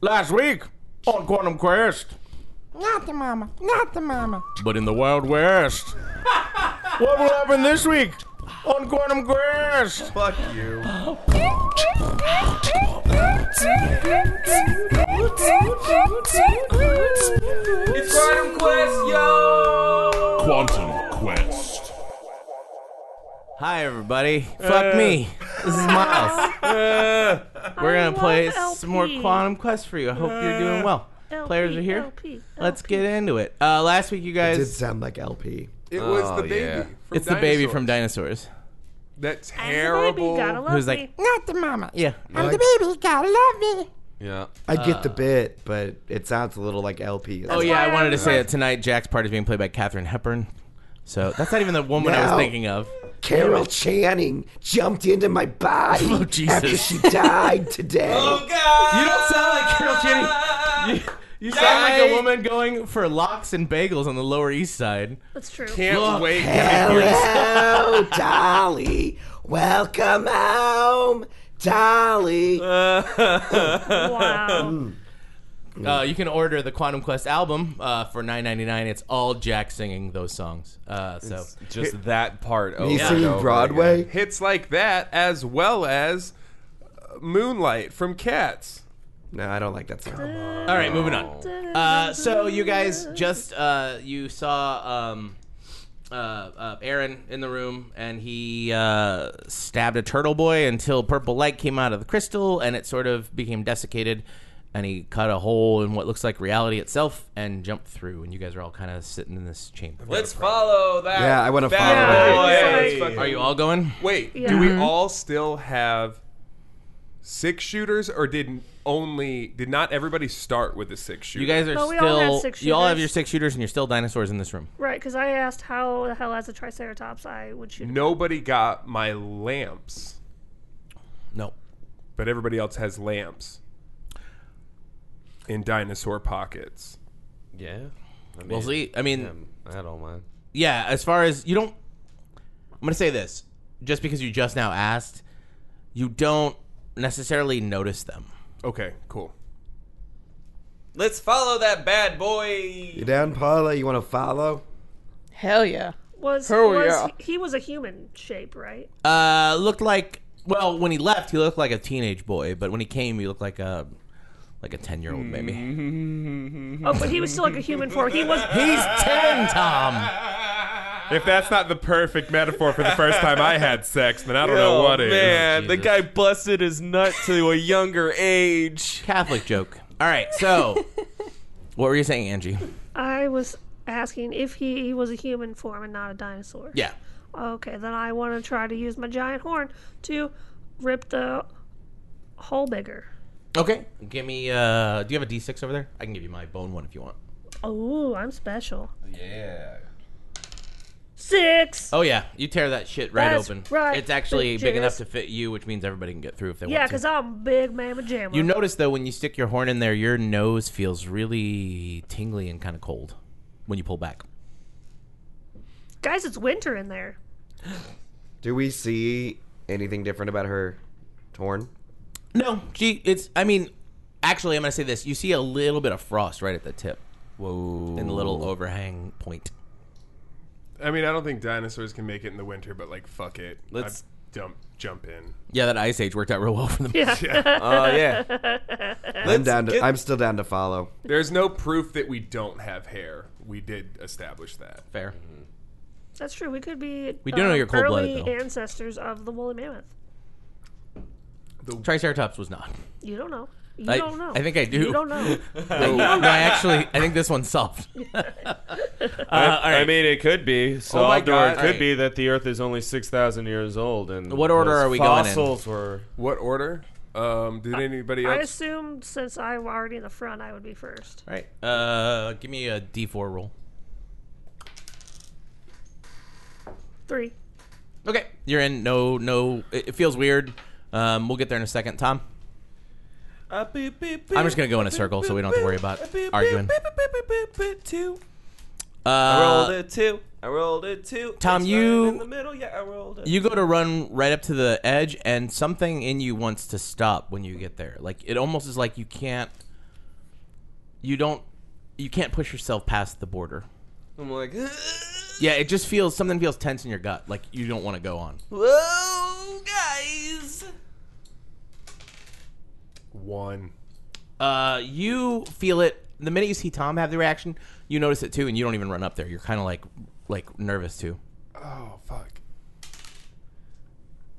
Last week on Quantum Quest. Not the mama. Not the mama. But in the Wild West. what will happen this week on Quantum Quest? Fuck you. It's Quantum Quest, yo! Quantum Quest. Hi, everybody. Uh, Fuck me. This is Miles. uh, We're gonna play love some more LP. Quantum Quest for you. I hope you're Uh, doing well. Players are here. Let's get into it. Uh, last week, you Did guys. sound like LP. It was the Oh, baby. yeah. From it's the baby Dinosaurs. from Dinosaurs. That's Terrible. terrible. Gotta love Who's like- me. Not the mama. Yeah. I'm the baby. Gotta love me. yeah. I get the bit, but it sounds a little like LP. Oh yeah, I Uh. why wanted I to was say like- that tonight Jack's part is being played by Katherine Hepburn. So that's not even the woman I was No. thinking of. Carol Channing jumped into my body Oh, Jesus. after she died today. Oh, You don't sound like Carol Channing. You, you sound like a woman going for lox and bagels on the Lower East Side. That's true. Can't Look. wait. Hello, Dolly. Welcome home, Dolly. Wow. Uh, you can order the Quantum Quest album uh, for nine ninety nine. It's all Jack singing those songs. Uh, so Just that part. Oh, Me singing Broadway. Hits like that, as well as uh, Moonlight from Cats. No, I don't like that song. all right, moving on. Uh, so you guys just uh, you saw um, uh, uh, Aaron in the room, and he uh, stabbed a turtle boy until purple light came out of the crystal, and it sort of became desiccated. And he cut a hole in what looks like reality itself and jumped through. And you guys are all kind of sitting in this chamber. Let's follow that. Yeah, I wanna bad follow that. boy. Yeah, Fuck Are you all going? Wait, do Yeah. Mm-hmm. we all still have six shooters, or did only did not everybody start with a six shooter? You guys are But we all have still. six you all have shooters. your six shooters, and you're still dinosaurs in this room. Right, because I asked how the hell as a triceratops I would shoot. nobody got my lamps, No. but everybody else has lamps in dinosaur pockets. Yeah. I mean, We'll see. I mean, um, I don't mind. yeah. As far as you don't, I'm gonna say this. Just because you just now asked, you don't necessarily notice them. Okay, cool. Let's follow that bad boy. You down, Paula? You want to follow? Hell yeah. Was, Hell was yeah. he, he was a human shape, right? Uh, looked like. Well, when he left, he looked like a teenage boy, but when he came, he looked like a like a ten year old maybe. Oh, but he was still like a human form. He was He's ten, Tom. If that's not the perfect metaphor for the first time I had sex, then I don't know what is. man, the Jesus. guy busted his nut to a younger age. Catholic joke. All right, so what were you saying, Angie? I was asking if he was a human form and not a dinosaur. Yeah. Okay, then I want to try to use my giant horn to rip the hole bigger. Okay. Give me. Uh, do you have a D6 over there? I can give you my bone one if you want. Oh, I'm special. Yeah. Six. Oh yeah, you tear that shit right That's open. right, It's actually big bitches. enough to fit you, which means everybody can get through if they yeah, want to. because I'm big mama jamma. you notice though when you stick your horn in there, your nose feels really tingly and kind of cold when you pull back. guys, it's winter in there. Do we see anything different about her torn? No, gee, it's. I mean, actually, I'm gonna say this. You see a little bit of frost right at the tip, Whoa. in the little overhang point. I mean, I don't think dinosaurs can make it in the winter, but like, fuck it. Let's- I jump jump in. Yeah, that ice age worked out real well for them. Yeah. Oh yeah. I'm down. To, I'm still down to follow. There's no proof that we don't have hair. We did establish that. Fair. Mm-hmm. That's true. We could be We do know uh, you're cold-blooded, early though. ancestors of the woolly mammoth. Triceratops was not. You don't know. You I- don't know. I think I do. You don't know. Uh, no, I actually, I think this one's soft. all I mean, it could be so. my or God. it could be that the Earth is only six thousand years old, and What order those are we going in? fossils were. What order? Um, did anybody I else? assumed since I'm already in the front, I would be first. All right. Uh, give me a D4 roll. Three. Okay, you're in. No, no, it, it feels weird. Um, we'll get there in a second, Tom. I'm just gonna go in a circle so we don't have to worry about arguing. Two. I rolled Uh, a two. I rolled a two. Tom, It's you- right in the middle. Yeah, I rolled a you go to run right up to the edge, and something in you wants to stop when you get there. Like it almost is like you can't you don't you can't push yourself past the border. I'm like, Yeah, it just feels something feels tense in your gut, like you don't want to go on. whoa, guys. One. Uh, you feel it the minute you see Tom have the reaction. You notice it too, and you don't even run up there. You're kind of like like nervous too. Oh fuck.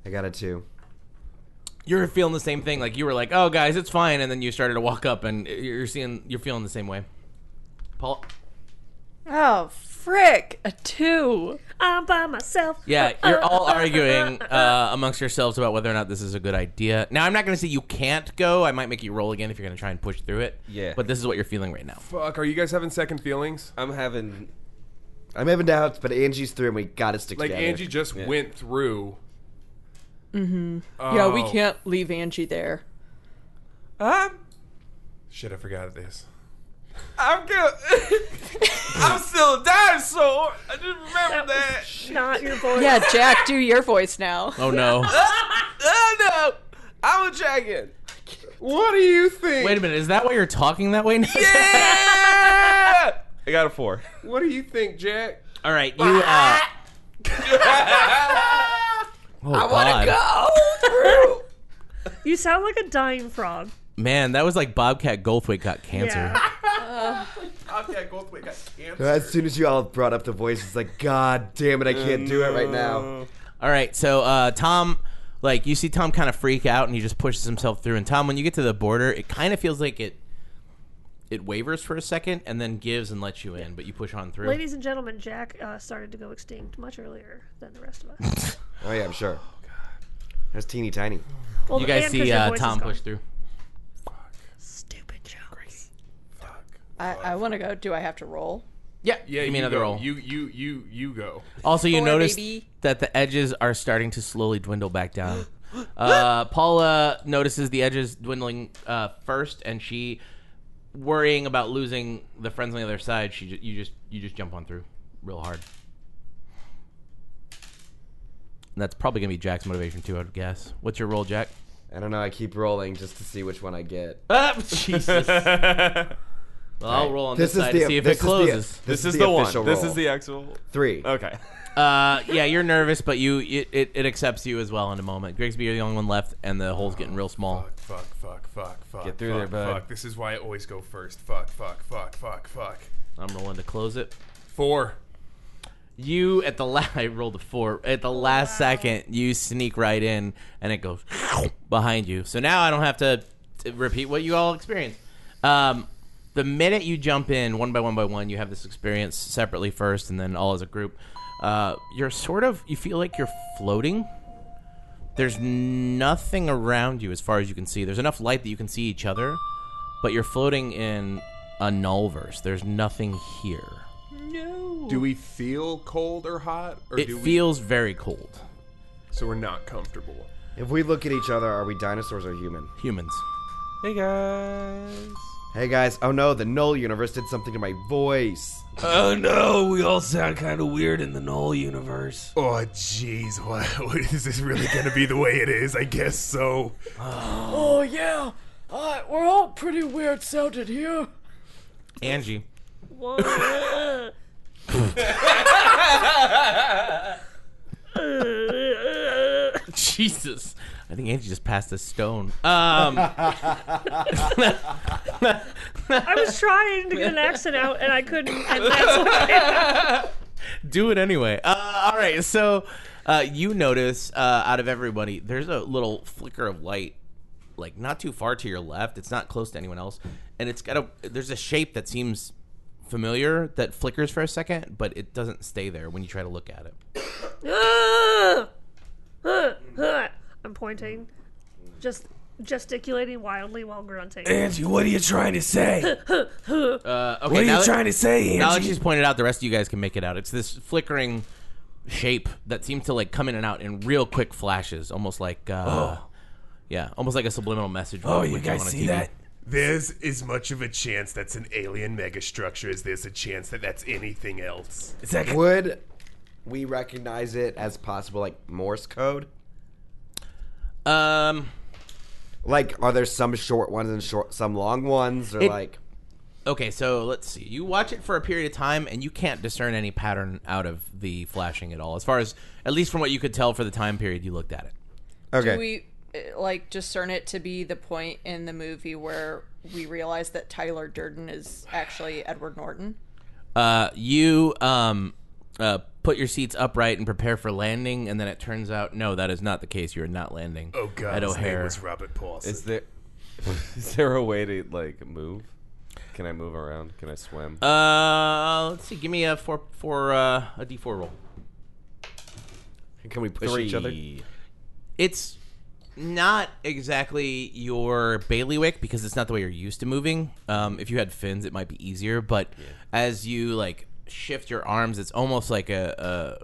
I got a two. You're feeling the same thing. Like you were like, "Oh, guys, it's fine," and then you started to walk up, and you're seeing you're feeling the same way. Paul, Oh, frick. A two. I'm by myself. Yeah, you're all Uh, uh, uh, arguing uh, uh, amongst yourselves about whether or not this is a good idea. Now, I'm not going to say you can't go. I might make you roll again if you're going to try and push through it. Yeah. But this is what you're feeling right now. Fuck. Are you guys having second feelings? I'm having. I'm having doubts, but Angie's through, and we got to stick Like together. Angie just Yeah. went through. Mm-hmm. Yeah, we can't leave Angie there. I'm, Um, Shit, I forgot this. I'm gonna. I'm still a dinosaur. I just That remember that. was not your voice. Yeah, Jack, do your voice now. Oh, no. Oh no! I'm a dragon. What do you think? Wait a minute. Is that why you're talking that way now? Yeah! I got a four. What do you think, Jack? All right. You. Uh, oh, I want to go. You sound like a dying frog. Man, that was like Bobcat Goldthwait got cancer. Yeah. As soon as you all brought up the voice, it's like, God damn it, I can't do it right now. All right, so uh, Tom, like you see Tom kind of freak out and he just pushes himself through. And Tom, when you get to the border, it kind of feels like it it wavers for a second and then gives and lets you in, but you push on through. Ladies and gentlemen, Jack uh, started to go extinct much earlier than the rest of us. Oh yeah, I'm sure. That's teeny tiny. Well, you and guys 'cause see your uh, voice is Tom gone. push through. Stupid jokes. I, I want to go. Do I have to roll? Yeah, yeah. Yeah, Give me you another go. roll. You you you you go. also, you Four, notice baby. that the edges are starting to slowly dwindle back down. uh, Paula notices the edges dwindling uh, first, and she worrying about losing the friends on the other side. She ju- you just you just jump on through real hard. And that's probably gonna be Jack's motivation too, I would guess. What's your roll, Jack? I don't know. I keep rolling just to see which one I get. Ah, Jesus. well, I'll roll on this, side to see if this it is the- closes. This, is the, one. official This roll. is the actual. three. Okay. Uh, yeah, you're nervous, but you it, it, it accepts you as well in a moment. Grigsby, you're the only one left, and the hole's getting real small. Fuck fuck fuck fuck fuck. Get through fuck, there, bud. Fuck. This is why I always go first. Fuck fuck fuck fuck fuck. I'm rolling to close it. Four. You at the last, I rolled a four. At the last second, you sneak right in, and it goes behind you. So now I don't have to, to repeat what you all experienced. Um, the minute you jump in, one by one by one, you have this experience separately first, and then all as a group. Uh, you're sort of you feel like you're floating. There's nothing around you as far as you can see. There's enough light that you can see each other, but you're floating in a nullverse. There's nothing here. Do we feel cold or hot? Or It do feels very cold. we, so we're not comfortable. If we look at each other, are we dinosaurs or human? Humans. Hey guys. Hey guys. Oh no, the Null universe did something to my voice. Oh no, we all sound kind of weird in the Null universe. Oh jeez, what, what is this really gonna be the way it is? I guess so. Oh, yeah. Uh, we're all pretty weird sounded here. Angie. Whoa. Jesus. I think Angie just passed a stone. Um, I was trying to get an accent out and I couldn't. And that's why. do it anyway. Uh, all right. So uh, you notice uh, out of everybody, there's a little flicker of light, like not too far to your left. It's not close to anyone else, and it's got a. There's a shape that seems familiar that flickers for a second, but it doesn't stay there when you try to look at it. I'm pointing, just gesticulating wildly while grunting. Angie, what are you trying to say? Uh, okay. What are now you that- trying to say, Now that Angie? she's pointed out, the rest of you guys can make it out. It's this flickering shape that seems to like come in and out in real quick flashes, almost like uh, yeah, almost like a subliminal message. Oh, would you go on guys a see TV. that? There's as much of a chance that's an alien megastructure as there's a chance that that's anything else. Is that Would we recognize it as possible like Morse code? Um, Like, are there some short ones and short, some long ones, or It- like Okay, so let's see. You watch it for a period of time, and you can't discern any pattern out of the flashing at all, as far as at least from what you could tell for the time period you looked at it. Okay. Do we uh, like discern it to be the point in the movie where we realize that Tyler Durden is actually Edward Norton? Uh, you um, uh, put your seats upright and prepare for landing, and then it turns out no, that is not the case. You are not landing. Oh, God, At his name O'Hare. was Robert Paulson. Is there is there a way to like move? Can I move around? Can I swim? Uh, let's see. Give me a four four uh, a d four roll. Can we push each other? It's not exactly your bailiwick because it's not the way you're used to moving. Um, if you had fins, it might be easier. But as you like shift your arms, it's almost like a,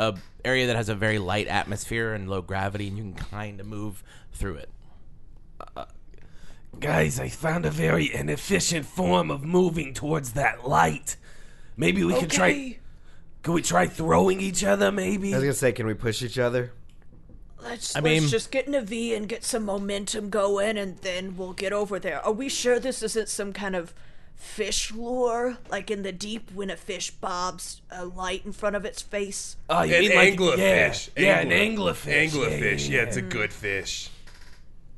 a a area that has a very light atmosphere and low gravity, and you can kind of move through it. Uh, Guys, I found a very inefficient form of moving towards that light. Maybe we could try. Okay. Could we try throwing each other? Maybe. I was gonna say, can we push each other? Let's, I let's mean- just get in a V and get some momentum going, and then we'll get over there. Are we sure this isn't some kind of fish lure? Like in the deep when a fish bobs a light in front of its face? Oh, you An mean like yeah, anglerfish. yeah, an Angler- anglerfish. Anglerfish. Yeah, it's a good fish.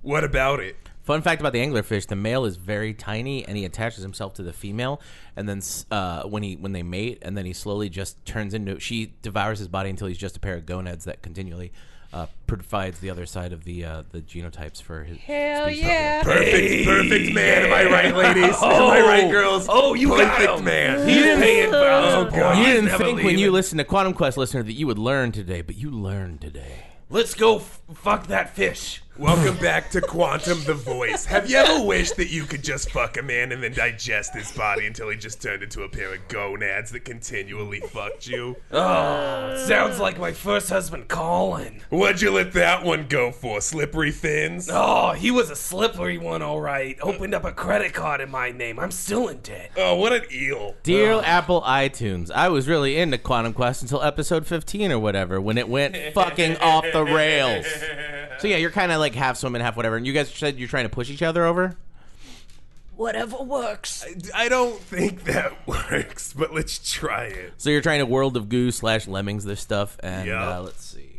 What about it? Fun fact about the anglerfish: the male is very tiny, and he attaches himself to the female. And then s- uh, when he when they mate, and then he slowly just turns into she devours his body until he's just a pair of gonads that continually uh, provides the other side of the uh, the genotypes for his. Hell species yeah. Perfect, perfect man. Am I right, ladies? Am I right, girls? Oh, you perfect got him. man. He's paying for oh, boy, You I didn't never think when leave you it. listened to Quantum Quest, listener, that you would learn today, but you learned today. Let's go f- fuck that fish. Welcome back to Quantum the Voice. Have you ever wished that you could just fuck a man and then digest his body until he just turned into a pair of gonads that continually fucked you? Oh, sounds like my first husband, Colin. What'd you let that one go for? Slippery fins? Oh, he was a slippery one, all right. Opened up a credit card in my name. I'm still in debt. Oh, what an eel. Dear Apple iTunes, I was really into Quantum Quest until episode 15 or whatever when it went fucking off the rails. So yeah, you're kind of like half swim and half whatever. And you guys said you're trying to push each other over? Whatever works. I don't think that works, but let's try it. So you're trying to World of Goo slash Lemmings this stuff, and Yeah. uh, let's see.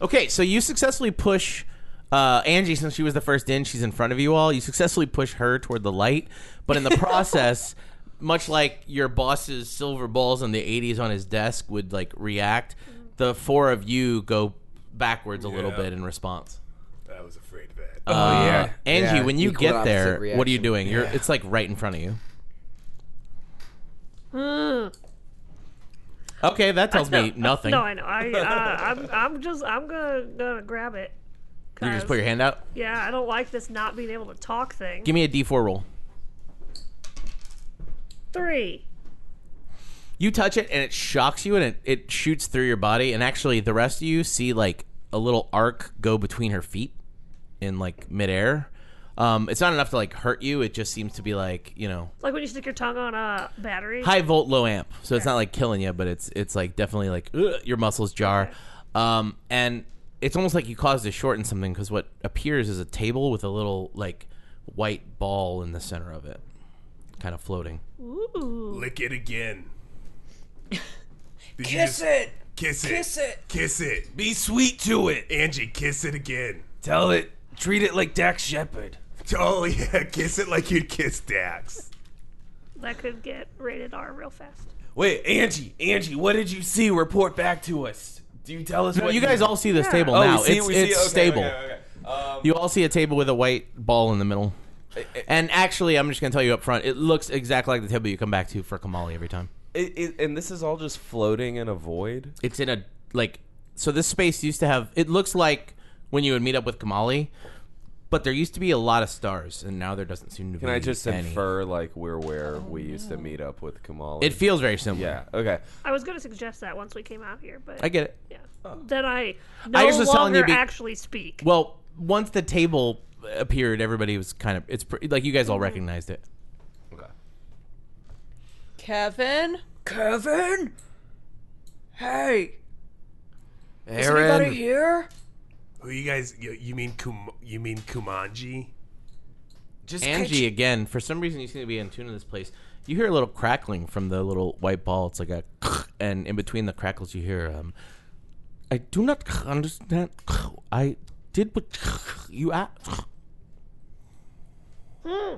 Okay, so you successfully push uh, Angie since she was the first in. She's in front of you all. You successfully push her toward the light, but in the process, much like your boss's silver balls in the '80s on his desk would like react, the four of you go backwards a little Yeah. bit in response. I was afraid of that. Oh Uh, yeah, Angie, Yeah, when you equal get opposite there, what are you reaction. doing? You're it's like right in front of you. Okay, that tells me nothing. No, I know. I, uh, I'm, I'm just, I'm gonna, gonna grab it. You just 'cause, put your hand out. Yeah, I don't like this not being able to talk thing. Give me a D4 roll. Three. You touch it and it shocks you and it, it shoots through your body. And actually, the rest of you see like a little arc go between her feet in like midair. Um, it's not enough to like hurt you. It just seems to be like you know It's like when you stick your tongue on a battery. high volt, low amp. So it's not like killing you, but it's it's like definitely like ugh, your muscles jar, um, and it's almost like you caused a short in something because what appears is a table with a little like white ball in the center of it, kind of floating. Ooh. Lick it again. Did you Kiss just- it! Kiss it. Kiss it! Kiss it. Be sweet to it. Angie, kiss it again. Tell it. Treat it like Dax Shepard. Oh, yeah. Kiss it like you'd kiss Dax. That could get rated R real fast. Wait, Angie, Angie, what did you see? Report back to us. Do you tell us No, what you guys all see this table Oh, we now. see- it's we see- it's okay, stable. okay, okay. Um, You all see a table with a white ball in the middle. And actually, I'm just gonna tell you up front. It looks exactly like the table you come back to for Kamali every time. It, it, and this is all just floating in a void. It's in a like. So this space used to have. It looks like when you would meet up with Kamali, but there used to be a lot of stars, and now there doesn't seem to be. Can I just any. infer like we're where we used to meet up with Kamala? It feels very similar. yeah. Okay. I was gonna suggest that once we came out here, but I get it. Uh, Yeah. Then I no just was telling you longer be- actually speak. Well, once the table appeared, everybody was kind of. It's pre- like you Mm-hmm. guys all recognized it. Kevin? Kevin? Hey, is anybody Aaron, here? Who you guys? You, you mean Kum? You mean Kumanji? Just Angie again. For some reason, you seem to be in tune to this place. You hear a little crackling from the little white ball. It's like a, and in between the crackles, you hear. Um, I do not understand. I did what you asked. Hmm,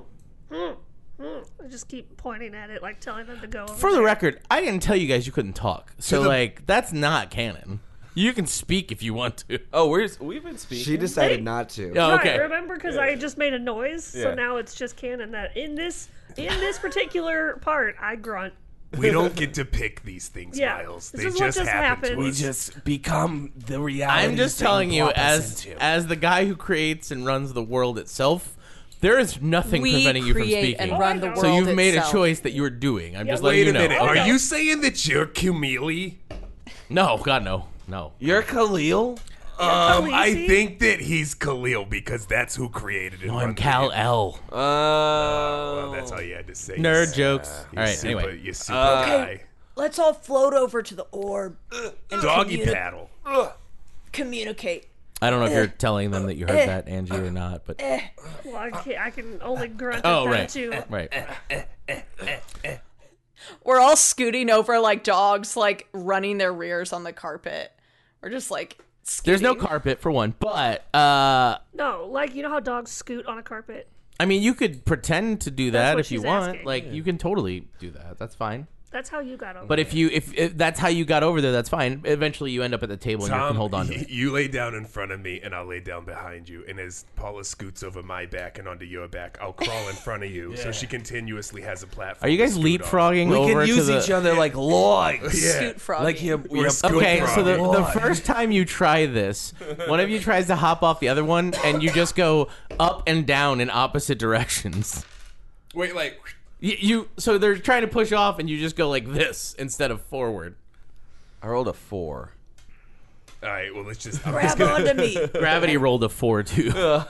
hmm, hmm. I just keep pointing at it, like telling them to go. Over For the record, I didn't tell you guys you couldn't talk. So like, that's not canon. You can speak if you want to. Oh, we're we've been speaking. She decided not to. Oh, Right, okay. remember because I just made a noise, so Yeah. now it's just canon that in this in this particular part I grunt. We don't get to pick these things, Yeah, Miles. this They is just, what just happen to happens. us. We just become the reality. I'm just they telling you, plop us as as the guy who creates and runs the world itself, there is nothing We preventing you from create speaking. and run the so world you've made a itself. choice that you were doing. I'm just letting Wait you a know. minute. Are you saying that you're Kumili? No, God, no, no. You're Khalil. Um, Khaleesi? I think that he's Khalil because that's who created it. No, I'm Cal L. Uh, Oh, well, that's all you had to say. Nerd jokes. You All right, super, anyway. you super Uh, guy. Let's all float over to the orb. And Doggy communi- paddle. Ugh. Communicate. I don't know if you're Eh. telling them that you Eh. heard that, Angie, or not, but Eh. Well, I can, I can only grunt at oh, them right, too. right. We're all scooting over like dogs, like running their rears on the carpet. We're just like, There's no carpet for one, but uh, No, like you know how dogs scoot on a carpet. I mean, you could pretend to do That's that what if you she's want. asking. Like, Yeah. you can totally do that. That's fine. That's how you got over. But if you if, if that's how you got over there, that's fine. Eventually, you end up at the table and you Tom, can hold on to y- it. you lay down in front of me, and I'll lay down behind you. And as Paula scoots over my back and onto your back, I'll crawl in front of you, so Yeah. she continuously has a platform. Are you to guys scoot leapfrogging on. over use to the... each other like logs. Yeah. Scoot frogging. Like you- you have okay. scoot So the, frogging. the first time you try this, one of you tries to hop off the other one, and you just go up and down in opposite directions. Wait, like You, you so they're trying to push off, and you just go like this instead of forward. I rolled a four. All right, well, let's just grab onto me. Gravity rolled a four too. Uh,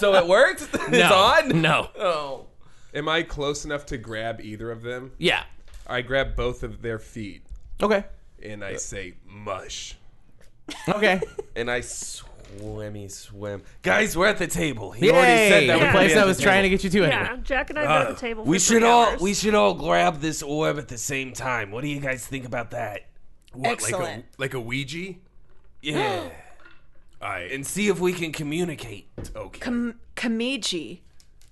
so it worked? No, no. Oh. Am I close enough to grab either of them? Yeah. I grab both of their feet. Okay. And I say mush. Okay. and I swimmy swim. Guys, we're at the table. He Yay! already said that. The we're place at I the was table. trying to get you to yeah, Jack and I have been at the table. we for should three all hours. we should all grab this orb at the same time. What do you guys think about that? What, Excellent. Like a Ouija? Yeah. All right. And see if we can communicate. Okay. Com- Kamiji.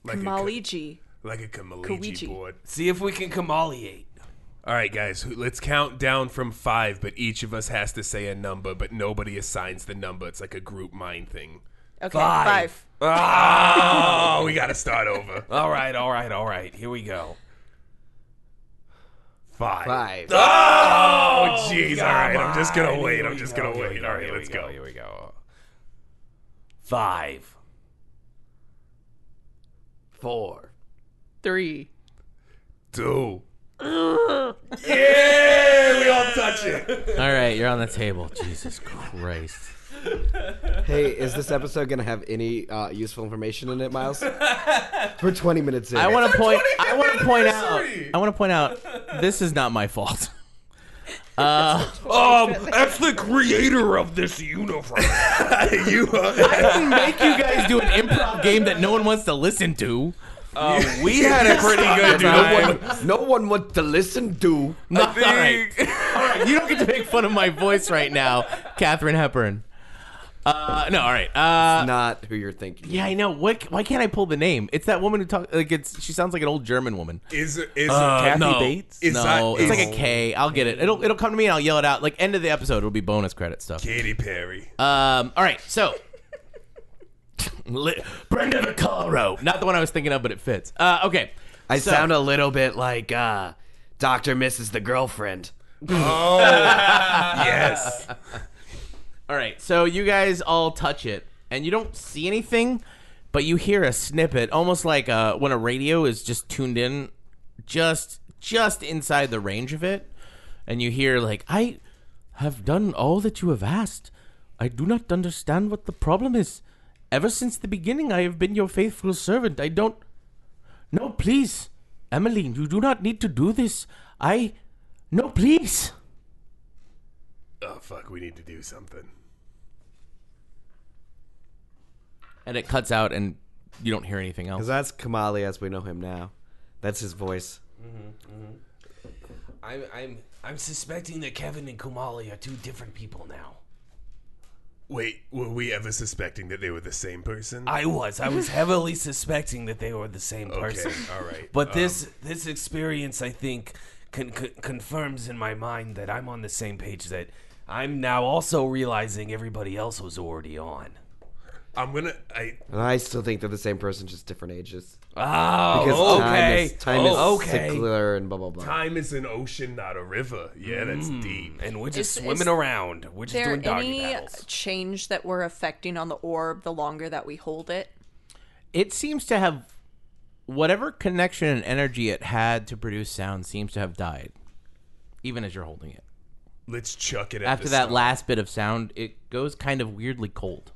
Like a co- Kamaliji. like a Kamali Kawiji. board. See if we can kamaliate. All right, guys, who- let's count down from five, but each of us has to say a number, but nobody assigns the number. It's like a group mind thing. Okay, Five. Oh, we got to start over. All right, all right, all right. Here we go. Five. Five. Oh, jeez. All come right, I'm just going on. to wait. Here I'm we just go, going to here we wait. go, All right, here we let's go, go. Here we go. Five. Four. Three. Two. Ugh. Yeah, we all touch it. All right, you're on the table. Jesus Christ. Hey, is this episode gonna have any uh, useful information in it, Miles? We're 20 minutes in. I want to point. I want to point out. I want to point out. This is not my fault. Uh, Um, that's the creator of this universe. you I didn't make you guys do an improv game that no one wants to listen to. Uh, we had a pretty good No time. one, no one wants to listen to. No, all right. All right, you don't get to make fun of my voice right now, Catherine Hepburn. Uh, no, all right. Uh, Not who you're thinking. yeah, I know. What? Why can't I pull the name? It's that woman who talks. Like, it's she sounds like an old German woman. Is is Uh, Kathy no. Bates? Is no, that- is- it's like a K. I'll get it. It'll it'll come to me and I'll yell it out. Like end of the episode, it'll be bonus credit stuff. Katy Perry. Um, all right, so Li- Brenda Vaccaro, not the one I was thinking of, but it fits. Uh, okay, I So- sound a little bit like uh, Doctor Mrs. the girlfriend. Oh, yes. all right. So you guys all touch it, and you don't see anything, but you hear a snippet, almost like uh, when a radio is just tuned in, just just inside the range of it, and you hear like, "I have done all that you have asked. I do not understand what the problem is. Ever since the beginning, I have been your faithful servant. I don't." No, please. Emmeline, you do not need to do this. I. No, please. Oh fuck, we need to do something. And it cuts out, and you don't hear anything else. Because that's Kamali as we know him now. That's his voice. Mm-hmm, I'm, I'm, I'm suspecting that Kevin and Kumali are two different people now. Wait, were we ever suspecting that they were the same person? I was. I was heavily suspecting that they were the same Okay, person. all right, But um, this this experience, I think, con- con- confirms in my mind that I'm on the same page. That I'm now also realizing everybody else was already on. I'm gonna. I And I still think they're the same person, just different ages. Oh, time okay. is, time Oh, is okay. sickler and blah blah blah. Time is an ocean, not a river. Yeah, that's Mm. deep. And we're just Is- swimming is- around. We're there any change that we're affecting on the orb the longer that we hold it? It seems to have whatever connection and energy it had to produce sound seems to have died, even as you're holding it. Let's chuck it at After the that star. last bit of sound, it goes kind of weirdly cold.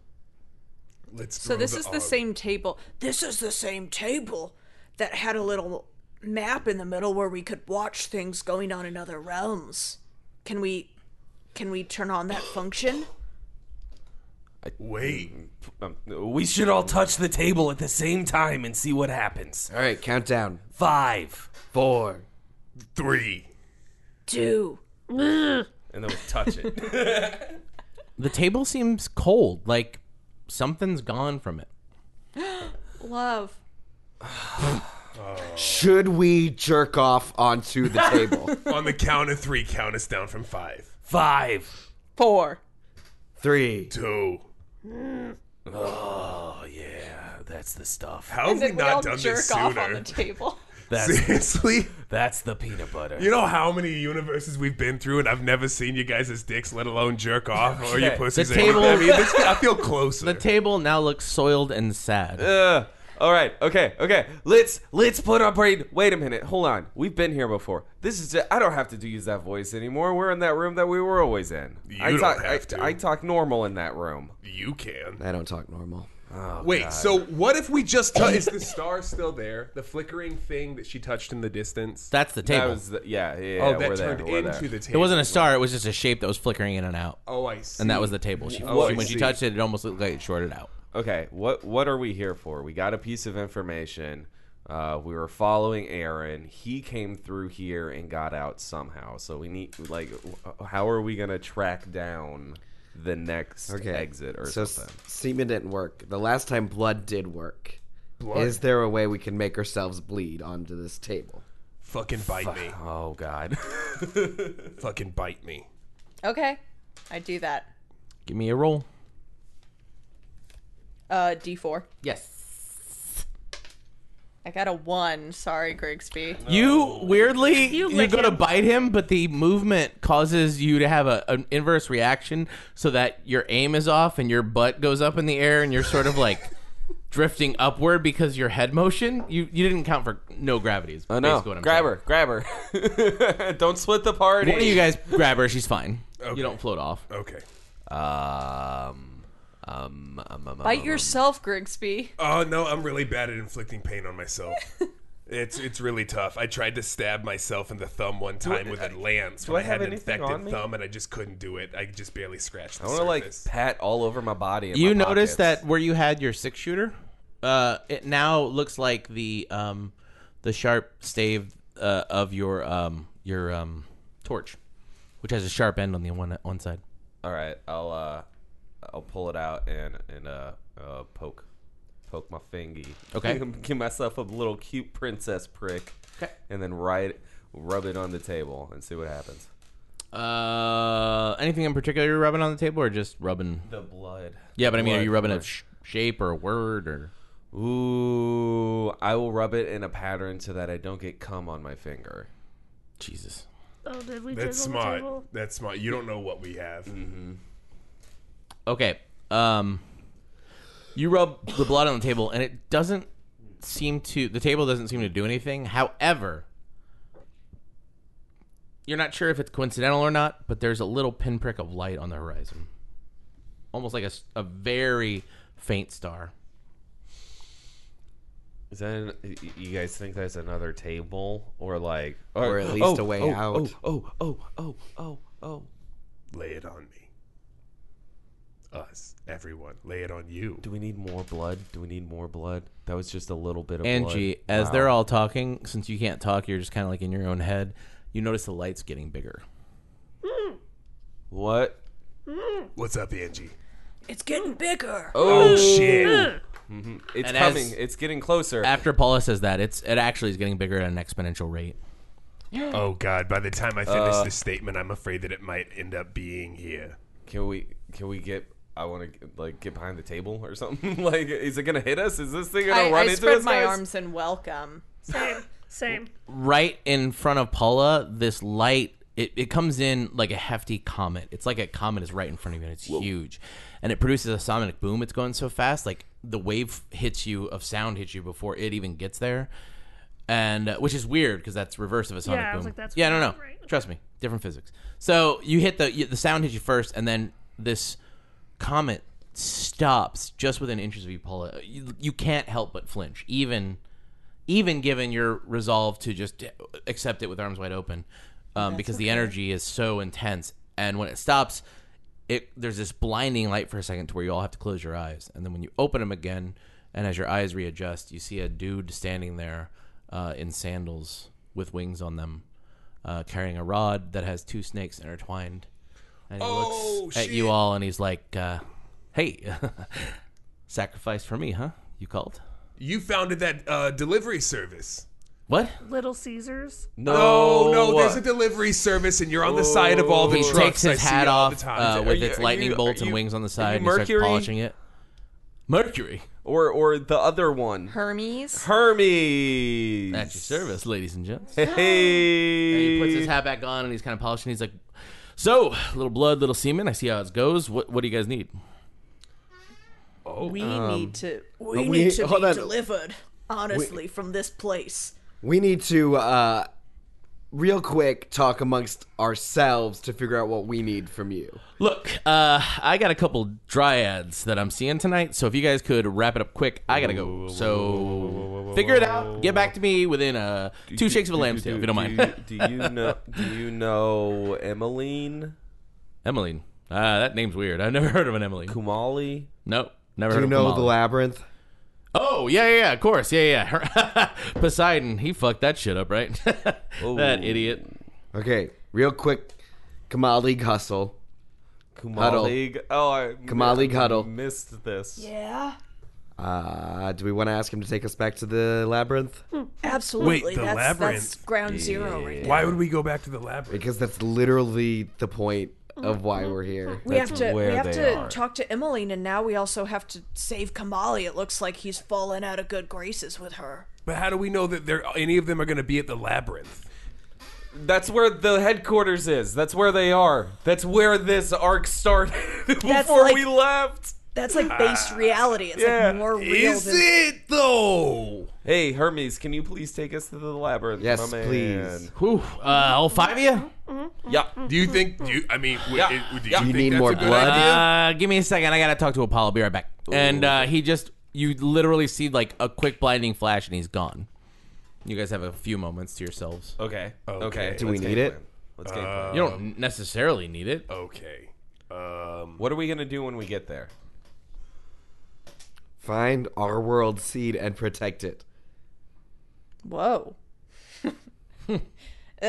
Let's So So this is the same table. This is the same table that had a little map in the middle where we could watch things going on in other realms. Can we can we turn on that function? Wait. Um, we should all touch the table at the same time and see what happens. All right, countdown. Five, four, three, two. and then we touch it. The table seems cold, like something's gone from it. Love. Should we jerk off onto the table? On the count of three, count us down from five. Five. Four. Three. Two. Oh yeah, that's the stuff. How have we not done this sooner? table. That's- Seriously? That's the peanut butter. You know how many universes we've been through, and I've never seen you guys as dicks, let alone jerk off or Oh, you Okay. pussies. The or anything. table- I mean, this, I feel closer. The table now looks soiled and sad. Ugh. all right, okay, okay. Let's let's put our brain. Wait a minute, hold on. We've been here before. This is. Just, I don't have to do use that voice anymore. We're in that room that we were always in. You I don't talk, have I, to. I talk normal in that room. Oh, You can. I don't talk normal. Wait, God. so what if we just touch? is the star still there? The flickering thing that she touched in the distance. That's the table. That was the, yeah, yeah, yeah. Oh, that we're there, turned we're there. into the It wasn't a star; it was just a shape that was flickering in and out. Oh, I see. And that was the table. She, Oh, I when she see. touched it, it almost looked like it shorted out. Okay, what what are we here for? We got a piece of information. Uh, we were following Aaron. He came through here and got out somehow. So we need like, wh- how are we gonna track down the next exit or so s- something? semen didn't work. The last time blood did work. Blood? Is there a way we can make ourselves bleed onto this table? Fucking bite Fuck. me. Oh god. Fucking bite me. Okay. I do that. Give me a roll. Uh, D4. Yes. I got a one. Sorry, Grigsby. You weirdly You you, lick go to him. bite him, but the movement causes you to have a, an inverse reaction, so that your aim is off and your butt goes up in the air, and you're sort of like drifting upward because your head motion. You you didn't count for no gravity. Is Oh no! basically what I'm grab saying. her! Grab her! Don't split the party. One of you guys grab her. She's fine. You don't float off. Okay. Um, um, um, um, Bite um, yourself, Grigsby. Oh no, I'm really bad at inflicting pain on myself. it's it's really tough. I tried to stab myself in the thumb one time with a lance do when I, I have had an anything on infected me? thumb, and I just couldn't do it. I just barely scratched. I The want to like surface. pat all over my body. and You my notice pockets. that where you had your six shooter, uh, it now looks like the um, the sharp stave uh, of your um, your um, torch, which has a sharp end on the one one side. All right, I'll uh, I'll pull it out and and uh, uh poke, poke my fingy. Okay. give myself a little cute princess prick. Okay. And then right, rub it on the table and see what happens. Uh, anything in particular you're rubbing on the table, or just rubbing? The blood. Yeah, but I mean, are Blood you rubbing a rush. sh- shape or a word or? Ooh, I will rub it in a pattern so that I don't get cum on my finger. Jesus. Oh, did we That's jiggle the smart. table? That's smart. You don't know what we have. Mm-hmm. Okay. Um, you rub the blood on the table, and it doesn't seem to. The table doesn't seem to do anything. However, you're not sure if it's coincidental or not, but there's a little pinprick of light on the horizon, almost like a, s- a very faint star. Is that an, y- y- you guys think that's another table or like, Or at least a way oh, out. Oh, oh, oh, oh, oh, oh. Lay it on me. us, everyone. Lay it on you. Do we need more blood? Do we need more blood? That was just a little bit of Angie, blood. as Wow. they're all talking, since you can't talk, you're just kind of like in your own head. You notice the lights getting bigger. What? What's up, Angie? It's getting bigger. Oh, Mhm. It's And coming. as- it's getting closer. After Paula says that, it's it actually is getting bigger at an exponential rate. Oh God! By the time I finish Uh, this statement, I'm afraid that it might end up being here. Can we? Can we get? I want to like get behind the table or something. like, is it gonna hit us? Is this thing gonna I, run I into spread us? my guys? arms and welcome. Same, same. Right in front of Paula, this light it, it comes in like a hefty comet. It's like a comet is right in front of you and it's huge. And it produces a sonic boom. It's going so fast, like the wave hits you of sound hits you before it even gets there. And uh, which is weird because that's reverse of a sonic Yeah, boom. I was like, that's yeah, no, weird, no. Trust me, different physics. So you hit the you, the sound hits you first, and then this comet stops just within inches of you, Paula. You, you can't help but flinch, even even given your resolve to just accept it with arms wide open, um, because the energy is so intense. And when it stops, it there's this blinding light for a second to where you all have to close your eyes, and then when you open them again, and as your eyes readjust, you see a dude standing there uh, in sandals with wings on them, uh, carrying a rod that has two snakes intertwined. And he Oh, looks at you all and he's like, uh, hey, sacrifice for me, huh? You called? You founded that uh, delivery service. What? Little Caesars. no, no, There's a delivery service, and you're on the side of all the he trucks. takes his I see hat all the off time. uh, Are with you- its are lightning you- are bolts and you- wings on the Are you side. and he starts Mercury? polishing it. Mercury. Or or the other one. Hermes. Hermes. At your service, ladies and gents. Hey. And he puts his hat back on and he's kind of polishing. He's like, so, little blood, little semen. I see how it goes. What, what do you guys need? Oh, We need to. but We, we- need to hold be on. delivered. Honestly, from this place. We need to, uh, real quick, talk amongst ourselves to figure out what we need from you. Look, uh, I got a couple dryads that I'm seeing tonight, so if you guys could wrap it up quick, I gotta go. So figure it out. Get back to me within uh, two shakes of a lamb's tail, if you don't mind. Do you know? Do you know Emmeline? Emmeline. Ah, that name's weird. I've never heard of an Emily. Kumali. Nope, never Do heard you of know Kamala. the labyrinth? Oh yeah, yeah, yeah, of course, yeah, yeah. yeah. Poseidon, he fucked that shit up, right? that idiot. Okay, real quick, Kamal League hustle. Kamal League. Oh, I Kamal League huddle. Missed this. Yeah. Uh, do we want to ask him to take us back to the labyrinth? Hmm. Absolutely. Wait, the that's, That's labyrinth? ground zero right there. Why would we go back to the labyrinth? Because that's literally the point of why we're here. Mm-hmm. We have to. We have to talk to Emmeline, and now we also have to save Kamali. It looks like he's fallen out of good graces with her. But how do we know that there any of them are going to be at the labyrinth? That's where the headquarters is. That's where they are. That's where this arc started That's before like- we left. Ah, That's like based reality. It's yeah. like more real. Is than, it though? Hey, Hermes, can you please take us to the labyrinth? Yes, my man? please. Whew, uh, all five of you? Yeah. Mm-hmm, Do you think? Do you, I mean? w- Yeah. it- do you, Yeah. think need that's more a good blood? idea? Uh, give me a second. I gotta talk to Apollo. Be right back. And uh, he just, you literally see like a quick blinding flash, and he's gone. You guys have a few moments to yourselves. Okay. Okay. Okay. Do we Let's need game it? Uh, plan. Let's game plan. Uh, You don't necessarily need it. Okay. Um, What are we gonna do when we get there? Find our world seed and protect it. Whoa.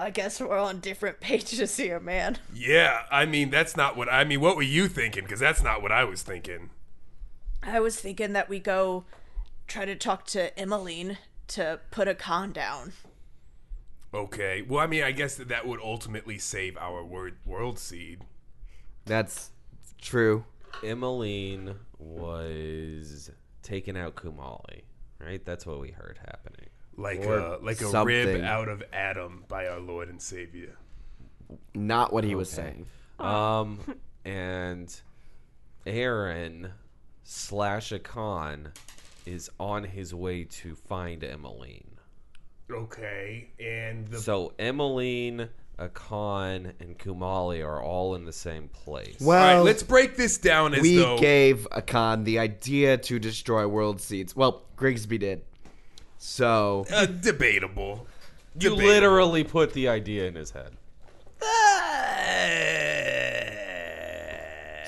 I guess we're on different pages here, man. yeah, I mean that's not what I mean. What were you thinking? Because that's not what I was thinking. I was thinking that we go try to talk to Emmeline to put a con down. Okay. Well, I mean, I guess that that would ultimately save our word, world seed. That's true. Emmeline was taking out Kumali, right? That's what we heard happening. Like Or a like a rib something. out of Adam by our Lord and Savior. Not what he was saying. Um, and Aaron slash Akon is on his way to find Emmeline. Okay, and the So Emmeline, Akon, and Kumali are all in the same place. all right. Well, Let's break this down as we though gave Akan the idea to destroy world seeds. Well, Grigsby did. So uh, debatable. you Debatable. literally put the idea in his head.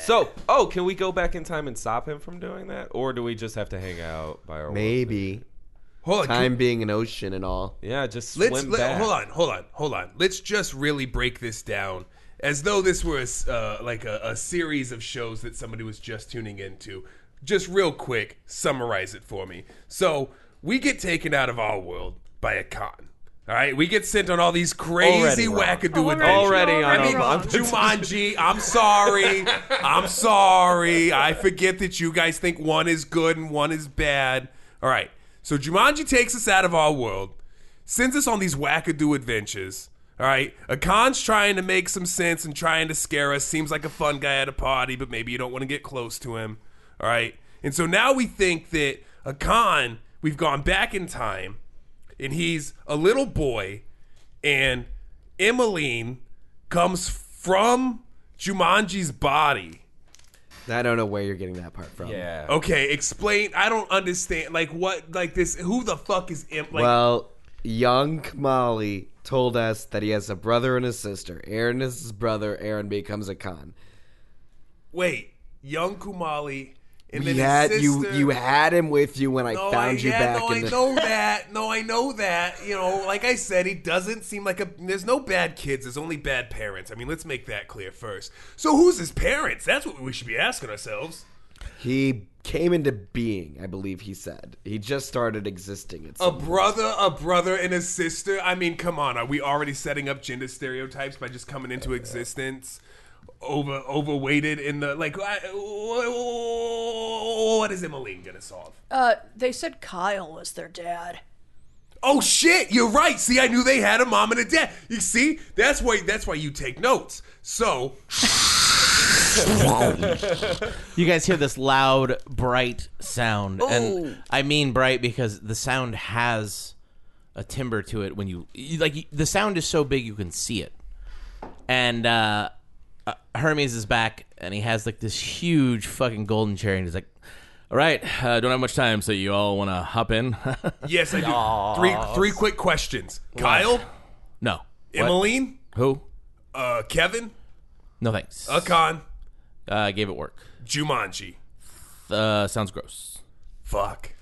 So, oh, can we go back in time and stop him from doing that, or do we just have to hang out by our Maybe. Hold on, Time can- being an ocean and all. Yeah, just Let's let, hold on, hold on, hold on. Let's just really break this down as though this were a s uh, like a, a series of shows that somebody was just tuning into. Just real quick, summarize it for me. So we get taken out of our world by a con. All right, we get sent on all these crazy Already wrong. wackadoo adventures. Already on I a mean, wrong. Jumanji. I'm sorry. I'm sorry. I forget that you guys think one is good and one is bad. All right. So Jumanji takes us out of our world, sends us on these wackadoo adventures. All right. Akan's trying to make some sense and trying to scare us. Seems like a fun guy at a party, but maybe you don't want to get close to him. All right. And so now we think that Akan, we've gone back in time, and he's a little boy, and Emmeline comes from Jumanji's body. I don't know where you're getting that part from. Yeah. Okay, explain. I don't understand. Like what? Like this? Who the fuck is Em? Like well, young Kamali told us that he has a brother and a sister. Aaron is his brother. Aaron becomes a con. wait, young Kumali, and We then had his you. sister- You had him with you when I No, found I, you yeah, back no, in I the. know that. No, I know that. You know, like I said, he doesn't seem like a. There's no bad kids. There's only bad parents. I mean, let's make that clear first. So who's his parents? That's what we should be asking ourselves. He came into being. I believe he said he just started existing. At A some brother, a brother, and a sister. I mean, come on. Are we already setting up gender stereotypes by just coming into existence? Over overweighted in the like. I, what is Emmeline gonna solve? Uh, they said Kyle was their dad. Oh shit! You're right. See, I knew they had a mom and a dad. You see, that's why. That's why you take notes. So You guys hear this loud, bright sound, Ooh. and I mean bright because the sound has a timbre to it. When you, you like, you- the sound is so big you can see it. And uh, uh, Hermes is back, and he has like this huge fucking golden chair, and he's like, "All right, uh, don't have much time, so you all want to hop in?" yes, I do. Three three quick questions. Kyle, No. Emmeline, Who? uh, Kevin, No thanks. Akan, Uh, gave it work. Jumanji. Uh, sounds gross. Fuck.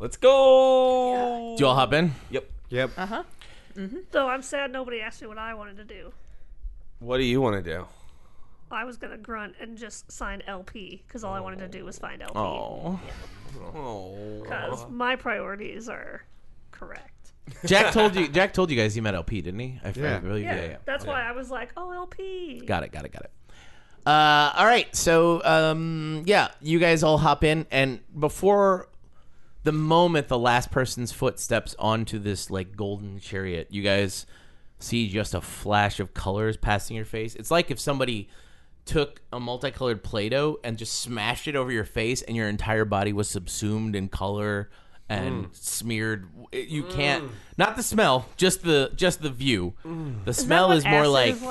Let's go. Do you all hop in? Yep. Yep. Uh huh. Mm-hmm. Though I'm sad nobody asked me what I wanted to do. What do you want to do? I was gonna grunt and just sign LP because all I wanted to do was find LP. Oh. Because my priorities are correct. Jack told you. Jack told you guys he met LP, didn't he? I Yeah. forgot. Really? yeah, Yeah. yeah, That's yeah. why I was like, oh, LP. Got it. Got it. Got it. Uh, all right. So, um, yeah, you guys all hop in, and before the moment the last person's foot steps onto this like golden chariot, you guys see just a flash of colors passing your face. It's like if somebody took a multicolored play-doh and just smashed it over your face and your entire body was subsumed in color and Mm. smeared you Mm. can't not the smell just the just the view Mm. the Is that smell what is more acid like is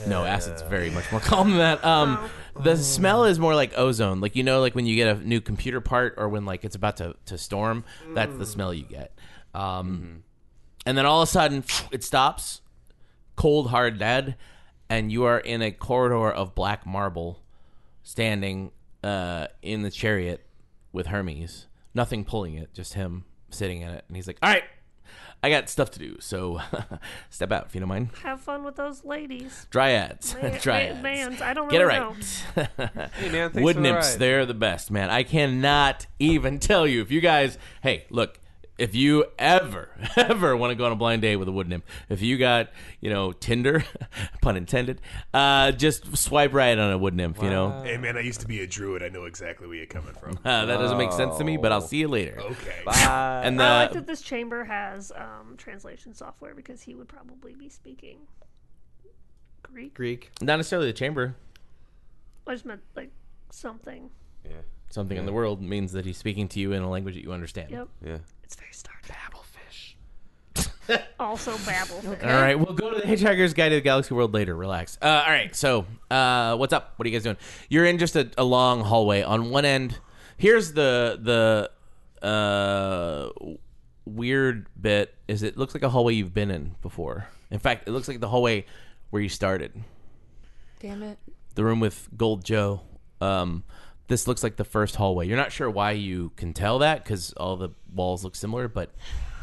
like? no, acid's very much more calm than that. Um, the smell is more like ozone. Like you know, like when you get a new computer part or when like it's about to, to storm, that's the Mm. smell you get. Um, and then all of a sudden it stops, cold hard dead, and you are in a corridor of black marble, standing uh, in the chariot with Hermes. Nothing pulling it, just him sitting in it, and he's like, "All right, I got stuff to do, so step out if you don't mind." Have fun with those ladies. Dryads. Ma- Dryads. ma- mans. I don't Get it really right. Hey, man, thanks Wood for the nymphs, ride. they're the best, man. I cannot even tell you. If you guys, hey, look, if you ever, ever want to go on a blind date with a wood nymph, if you got, you know, Tinder, pun intended, uh, just swipe right on a wood nymph, you know? Hey man, I used to be a druid. I know exactly where you're coming from. Uh, that doesn't make sense to me, but I'll see you later. Okay. Bye. And I uh, like that this chamber has um, translation software because he would probably be speaking Greek. Greek. Not necessarily the chamber. I just meant like something. Yeah. Something in the world means that he's speaking to you in a language that you understand. Yep. Yeah. It's very Star Trek. Babblefish. also Babblefish. All right, we'll go to the Hitchhiker's Guide to the Galaxy World later. Relax. Uh, all right, so uh, what's up? What are you guys doing? You're in just a, a long hallway. On one end, here's the the uh, weird bit is it looks like a hallway you've been in before. In fact, it looks like the hallway where you started. Damn it. the room with Gold Joe. Um, this looks like the first hallway. You're not sure why you can tell that because all the walls look similar, but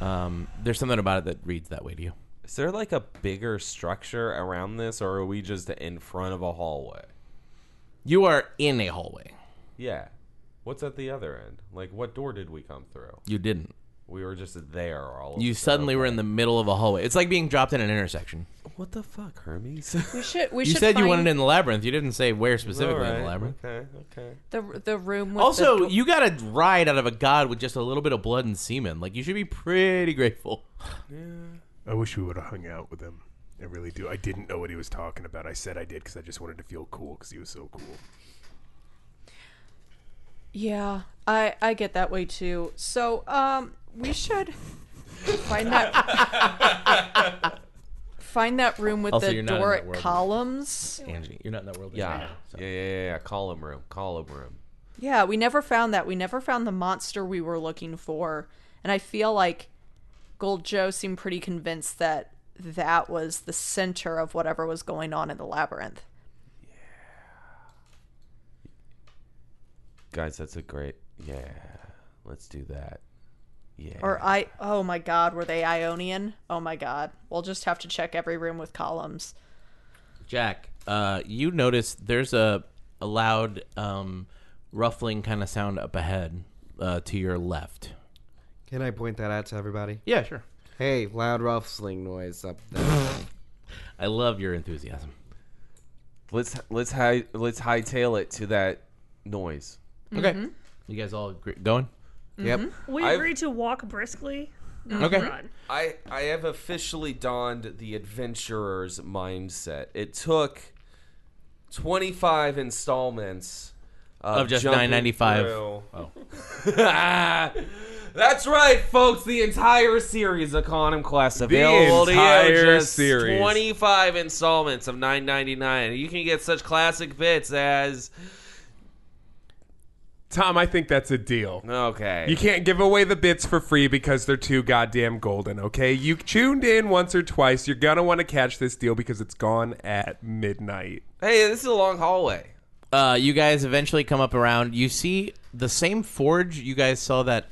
um, there's something about it that reads that way to you. Is there like a bigger structure around this, or are we just in front of a hallway? You are in a hallway. Yeah. What's at the other end? Like, what door did we come through? You didn't. We were just there all of You suddenly were in the middle of a hallway. It's like being dropped in an intersection. What the fuck, Hermes? We should. We you should said find you wanted it in the labyrinth. You didn't say where specifically in Alright, the labyrinth. Okay, okay. the the room. With the Also, do- you got a ride out of a god with just a little bit of blood and semen. Like you should be pretty grateful. I wish we would have hung out with him. I really do. I didn't know what he was talking about. I said I did because I just wanted to feel cool because he was so cool. yeah, I I get that way too. So um, we should find that find that room with Also, the you're not in that Doric world. columns. Angie, you're not in that world. Yeah. yeah, yeah, yeah, yeah. Column room, column room. Yeah, we never found that. We never found the monster we were looking for. And I feel like Gold Joe seemed pretty convinced that that was the center of whatever was going on in the labyrinth. Guys, that's a great. Yeah, let's do that. Yeah. Or I oh my god, were they Ionian? Oh my god. We'll just have to check every room with columns. Jack, uh, you notice there's a, a loud um, ruffling kind of sound up ahead uh, to your left. Can I point that out to everybody? Yeah, sure. Hey, loud ruffling noise up there. I love your enthusiasm. let's let's high let's hightail it to that noise. Okay. You guys all agree, going? Mm-hmm. Mm-hmm. Yep. Mm-hmm. We I've- Mm-hmm. agreed to walk briskly. not run. I I have officially donned the adventurer's mindset. It took 25 installments Of just Uh, jumping $9.95. through- Ah! Oh. That's right, folks. The entire series of Condom Quest available to you. entire Just series. 25 installments of 9.99. You can get such classic bits as Tom, I think that's a deal. Okay. You can't give away the bits for free because they're too goddamn golden, okay? You tuned in once or twice. You're going to want to catch this deal because it's gone at midnight. Hey, this is a long hallway. Uh, you guys eventually come up around. You see the same forge you guys saw that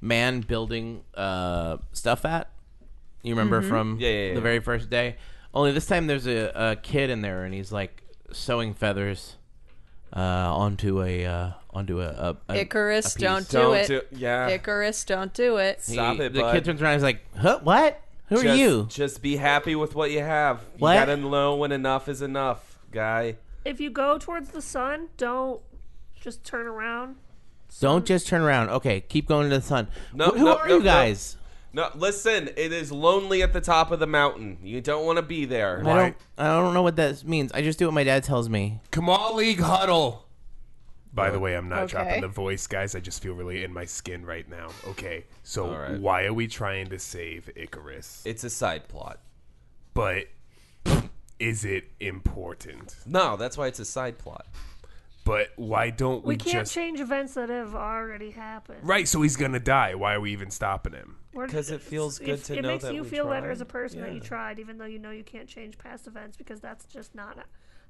man building uh, stuff at. You remember Mm-hmm. Mhm. from Yeah, yeah, yeah. the very first day. Only this time there's a, a kid in there and he's like sewing feathers uh, onto a uh, onto a, a, a Icarus, a don't piece. do it. Icarus, don't do it. He- Stop it, The bud. kid turns around. and He's like, "Huh? What? Who are Just- you?" Just be happy with what you have. What? You gotta know when enough is enough, guy. If you go towards the sun, don't just turn around. Don't just turn around. Okay, keep going to the sun. No, Wh- Who no, are no, you no. guys? No, listen. It is lonely at the top of the mountain. You don't want to be there. I don't. I don't know what that means. I just do what my dad tells me. Kamal League huddle. By the way, I'm not Okay. dropping the voice, guys. I just feel really in my skin right now. Okay, so All right. why are we trying to save Icarus? It's a side plot. But is it important? No, that's why it's a side plot. But why don't We, we, can't just. change events that have already happened. right, so he's gonna die. Why are we even stopping him? We're- 'Cause it feels it's- good it, to it know makes that you we feel better tried. as a person that you Yeah. tried, even though you know you can't change past events because that's just not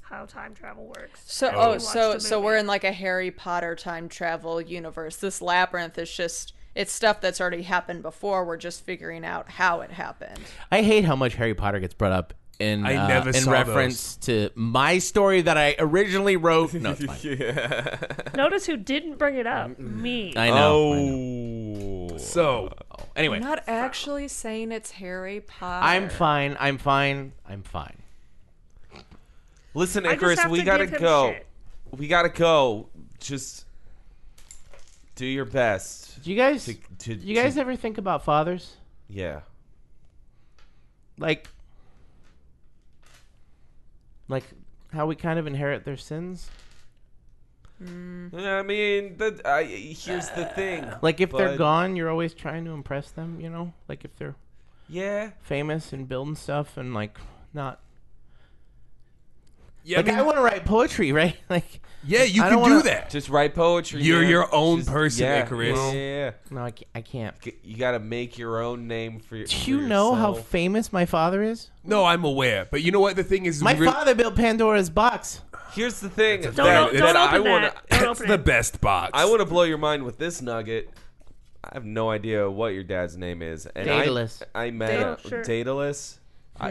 how time travel works. So As we oh, watched so the so movie. we're in like a Harry Potter time travel universe. This labyrinth is just it's stuff that's already happened before. We're just figuring out how it happened. I hate how much Harry Potter gets brought up in I uh, never in saw reference to my story that I originally wrote. No, it's fine. Oh. Notice who didn't bring it up. Me. I know. Oh. So anyway, I'm not actually saying it's Harry Potter. I'm fine. I'm fine. I'm fine. Listen, I just Icarus, have we to gotta give him go. shit. We gotta go. Just do your best. You guys, To, to, you guys to- ever think about fathers? yeah. Like, like how we kind of inherit their sins. I mean, that, I, here's the thing. Mm. Like if they're bud. gone, you're always trying to impress them. You know, like if they're Yeah. famous and building stuff and like not. Yeah, like I mean- I want to write poetry, right? Like Yeah, you I can don't do wanna- that. Just write poetry. You're man. your own Just- person, yeah, Icarus. Yeah, yeah, yeah. No, I can't. I can't. G- You gotta make your own name for, Do you know how famous my father is? No, I'm aware. But you know what the thing is? My we re- father built Pandora's box. Here's the thing That's a that, Don't- that don't I open want that. Don't That's open the it. best box. I want to blow your mind with this nugget. I have no idea what your dad's name is. And I- Daedalus. I, met Daedalus, a- sure. Daedalus. I,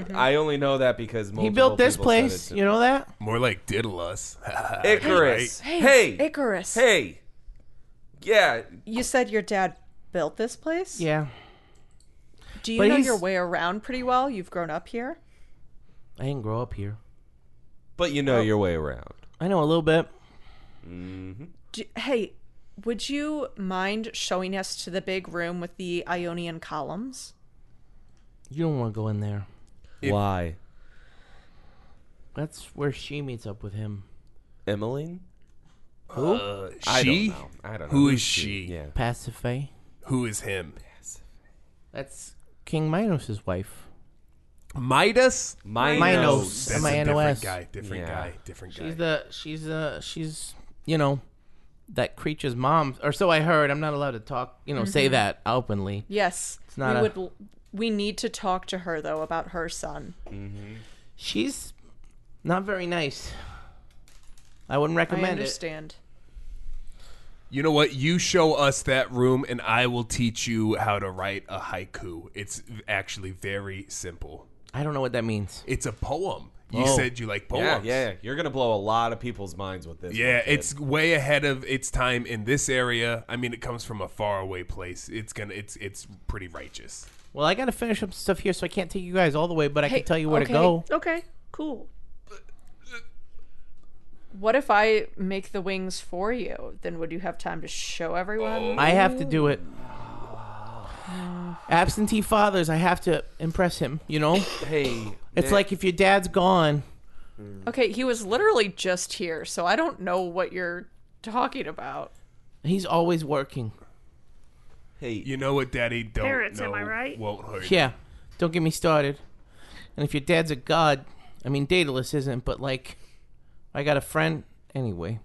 Mm-hmm. Mhm. I only know that because multiple He built this people said it place. to You know that? More like Daedalus. Icarus. Hey, Hey. Icarus. Hey. Yeah. You said your dad built this place? Yeah. Do you But know he's- your way around pretty well? You've grown up here? I didn't grow up here. But you know your way around. I know a little bit. Mm-hmm. Do, hey, would you mind showing us to the big room with the Ionian columns? You don't want to go in there. Why? That's where she meets up with him. Emmeline? Who? Uh, I don't she? know. I don't know. Who is Who's she? she? Yeah. Pasiphae. Who is him? That's King Minos' wife. Midas? Minos. Minos. That's a M-I-N-O-S. different guy. Different Yeah. guy. Different guy. She's the she's the she's you know that creature's mom, or so I heard. I'm not allowed to talk. You know, say Mhm. that openly. Yes. It's not we a- would l- we need to talk to her though about her son. Mm-hmm. She's not very nice. I wouldn't I recommend it. understand. You know what? You show us that room, and I will teach you how to write a haiku. It's actually very simple. I don't know what that means. It's a poem. You Oh. said you like Yeah, poems. yeah, you're gonna blow a lot of people's minds with this. Yeah, one, kid. it's way ahead of its time in this area. I mean, it comes from a faraway place. It's gonna. It's it's pretty righteous. Well, I gotta finish up stuff here, so I can't take you guys all the way, but I Hey, can tell you where okay. to go. Okay, cool. What if I make the wings for you? Then would you have time to show everyone? I have to do it. Absentee fathers, I have to impress him. You know. Hey, it's Nick. like if your dad's gone. Okay, he was literally just here, so I don't know what you're talking about. He's always working. Hey, you know what, Daddy? Don't Parents, am know I right? Won't hurt. Yeah, don't get me started. And if your dad's a god, I mean, Daedalus isn't, but like, I got a friend anyway.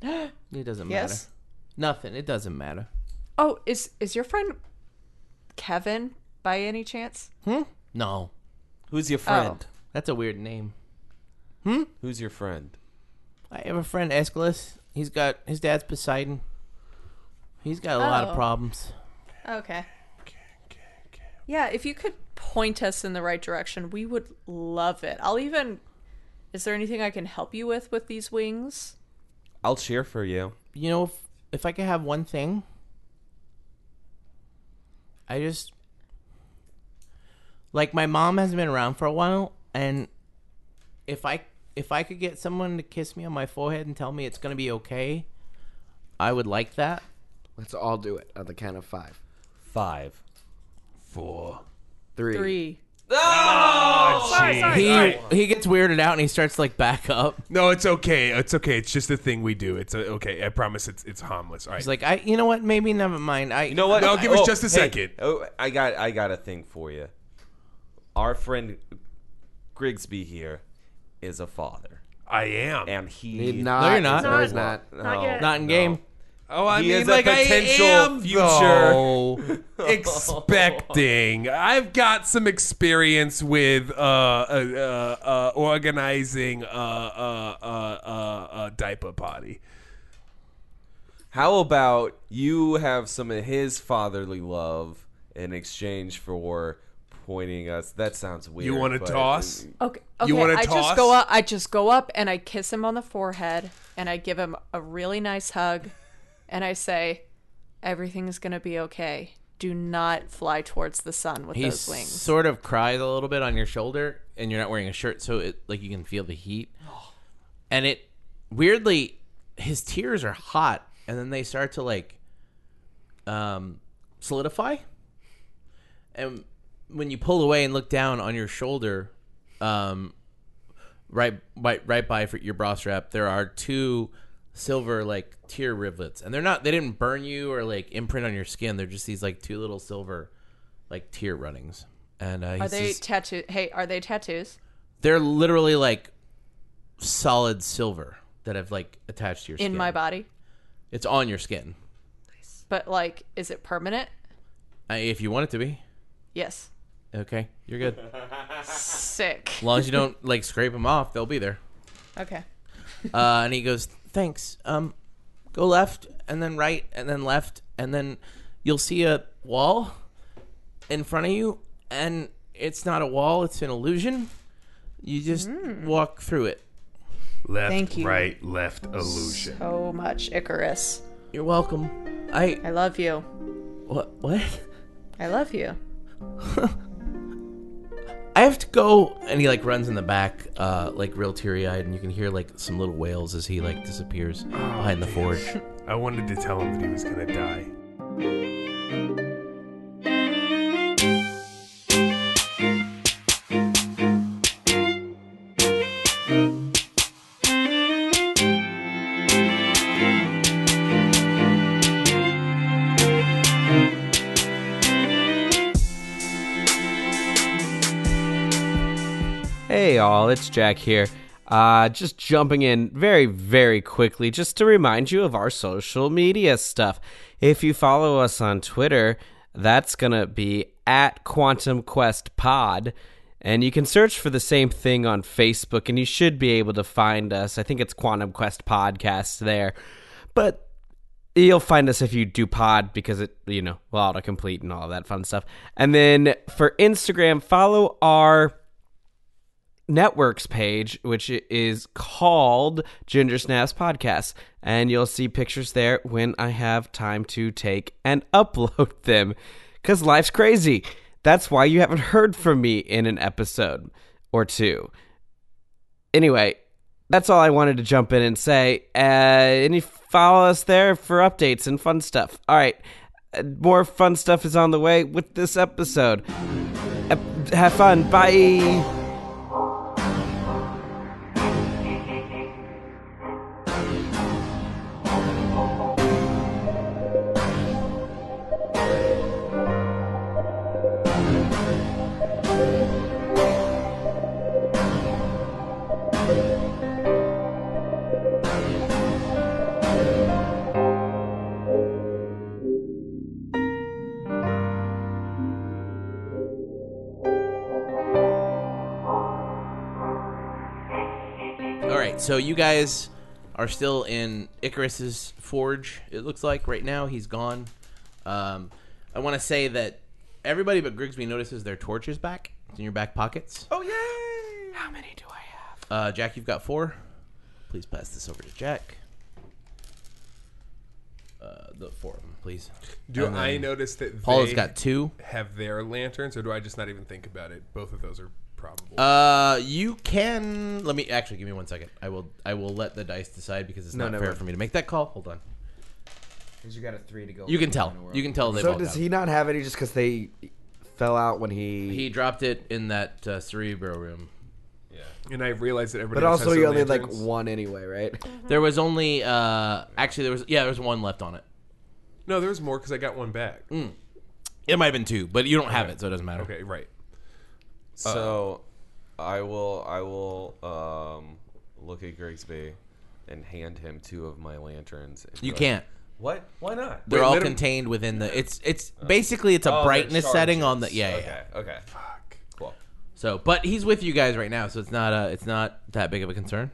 It doesn't Yes? matter. Nothing. It doesn't matter. Oh, is is your friend Kevin by any chance? Hmm? No. Oh. Who's your friend? That's a weird name. Hmm? Who's your friend? I have a friend Aeschylus. He's got his dad's Poseidon. He's got a lot Oh. of problems. Okay. Okay, okay, okay. Yeah, if you could point us in the right direction, we would love it. I'll even Is there anything I can help you with with these wings? I'll cheer for you. You know, if, if I could have one thing, I just like my mom hasn't been around for a while, and if I if I could get someone to kiss me on my forehead and tell me it's gonna be okay, I would like that. Let's all do it on the count of five. Five. Four. Three. Three. Ah, Oh, sorry, sorry, he sorry. he gets weirded out and he starts like back up. No, it's okay. It's okay. It's just a thing we do. It's a, okay. I promise. It's it's harmless. All right. He's like, I you know what? Maybe never mind. I You know what? No, give us Oh, just a hey, second. Oh, I got I got a thing for you. Our friend Grigsby here is a father. I am. And he Need not. No, you're not. No, he's not. No, Not yet. Not in game. Oh, I He mean, is a like potential I am, future. though, expecting. I've got some experience with uh, uh, uh, uh, organizing uh, uh, uh, uh, uh, diaper party. How about you have some of his fatherly love in exchange for pointing us? That sounds weird. You want to but- toss? Okay. Okay, You wanna I toss? just go up. I just go up and I kiss him on the forehead and I give him a really nice hug, and I say, "Everything's gonna be okay. Do not fly towards the sun with He those wings." sort of cries a little bit on your shoulder, and you're not wearing a shirt, so it like you can feel the heat. Oh. And it weirdly, his tears are hot, and then they start to like um, solidify. And when you pull away and look down on your shoulder, um, right, right, right by for your bra strap, there are two silver like tear rivulets, and they're not. They didn't burn you or like imprint on your skin. They're just these like two little silver like tear runnings. And uh, he's Are they just- tattoo? Hey, are they tattoos? they're literally like solid silver that have like attached to your skin. in my body? It's on your skin. But like, is it permanent? Uh, If you want it to be, Yes. okay, you're good. Sick. As long as you don't like scrape them off, they'll be there. Okay. uh, and he goes, "Thanks. Um, go left, and then right, and then left, and then you'll see a wall in front of you, and it's not a wall; it's an illusion. You just walk through it. Left, Hmm. Thank you. right, left, illusion. So much, Icarus. You're welcome. I I love you. What? What? I love you. I have to go." And he like runs in the back, uh, like real teary eyed, and you can hear like some little wails as he like disappears behind the forge. I wanted to tell him that he was gonna die. Hey, all, it's Jack here. Uh, just jumping in very, very quickly, just to remind you of our social media stuff. If you follow us on Twitter, that's going to be at Quantum Quest Pod. And you can search for the same thing on Facebook, and you should be able to find us. I think it's Quantum Quest Podcast there. But you'll find us if you do pod because it you know will autocomplete and all that fun stuff and then for instagram follow our networks page which is called ginger snaps podcast and you'll see pictures there when i have time to take and upload them because life's crazy that's why you haven't heard from me in an episode or two anyway, that's all I wanted to jump in and say. Uh, and you follow us there for updates and fun stuff. All right, uh, more fun stuff is on the way with this episode. Ep- have fun. Bye. All right, so you guys are still in Icarus's forge. It looks like right now he's gone. Um, I want to say that everybody but Grigsby notices their torches back It's in your back pockets. Oh yay! How many do I have? Uh, Jack, you've got four. Please pass this over to Jack. Uh, the four of them, please. Do And I then notice that Paula's they got two? Have their lanterns, or do I just not even think about it? Both of those are probable. Uh, you can let me actually give me one second. I will. I will let the dice decide because it's No, not no, fair wait. for me to make that call. Hold on. Because you got a three to go. You can tell. You can tell they've So all does got he not have any just because they fell out when he? He dropped it in that uh, cerebro room. Yeah, and I realized that everybody. but also, you only had, like one anyway, right? There was only uh, actually there was yeah there was one left on it. Mm. No, there was more because I got one back. It might have been two, but you don't have it, so it doesn't matter. Okay, right. Uh, So I will I will um, look at Grigsby and hand him two of my lanterns. and You go, can't. What? Why not? They're Wait, all let him- contained within the. It's it's basically it's a Oh, they're brightness setting on the charges. yeah yeah, yeah. Okay. Okay. Fuck. Cool. So, but he's with you guys right now, so it's not uh it's not that big of a concern.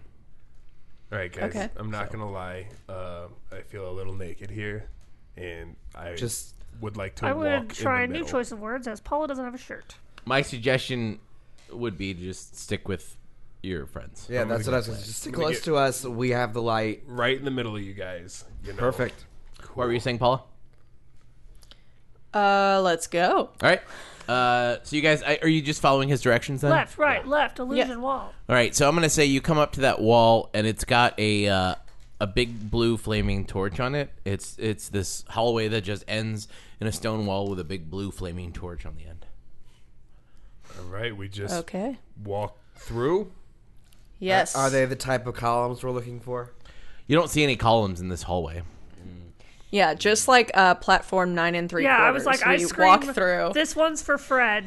All right, guys. Okay. I'm not gonna lie. Um, I feel a little naked here, and I just would like to. I walk in would the try a new middle. choice of words as Paula doesn't have a shirt. My suggestion would be to just stick with your friends. Yeah, that's what I was. gonna- Just stick close to us. We have the light right in the middle of you guys. You know. Perfect. What were you saying, Paula? Uh, let's go. All right. Uh, so you guys, I, are you just following his directions then? left, right, left, illusion wall. All right. So I'm gonna say you come up to that wall, and it's got a uh, a big blue flaming torch on it. It's it's this hallway that just ends in a stone wall with a big blue flaming torch on the end. All right, we just Okay. walk through. Yes. Are, are they the type of columns we're looking for? You don't see any columns in this hallway. Yeah, just like uh, platform nine and three. yeah, I was quarters, like, I we scream. walk through. This one's for Fred.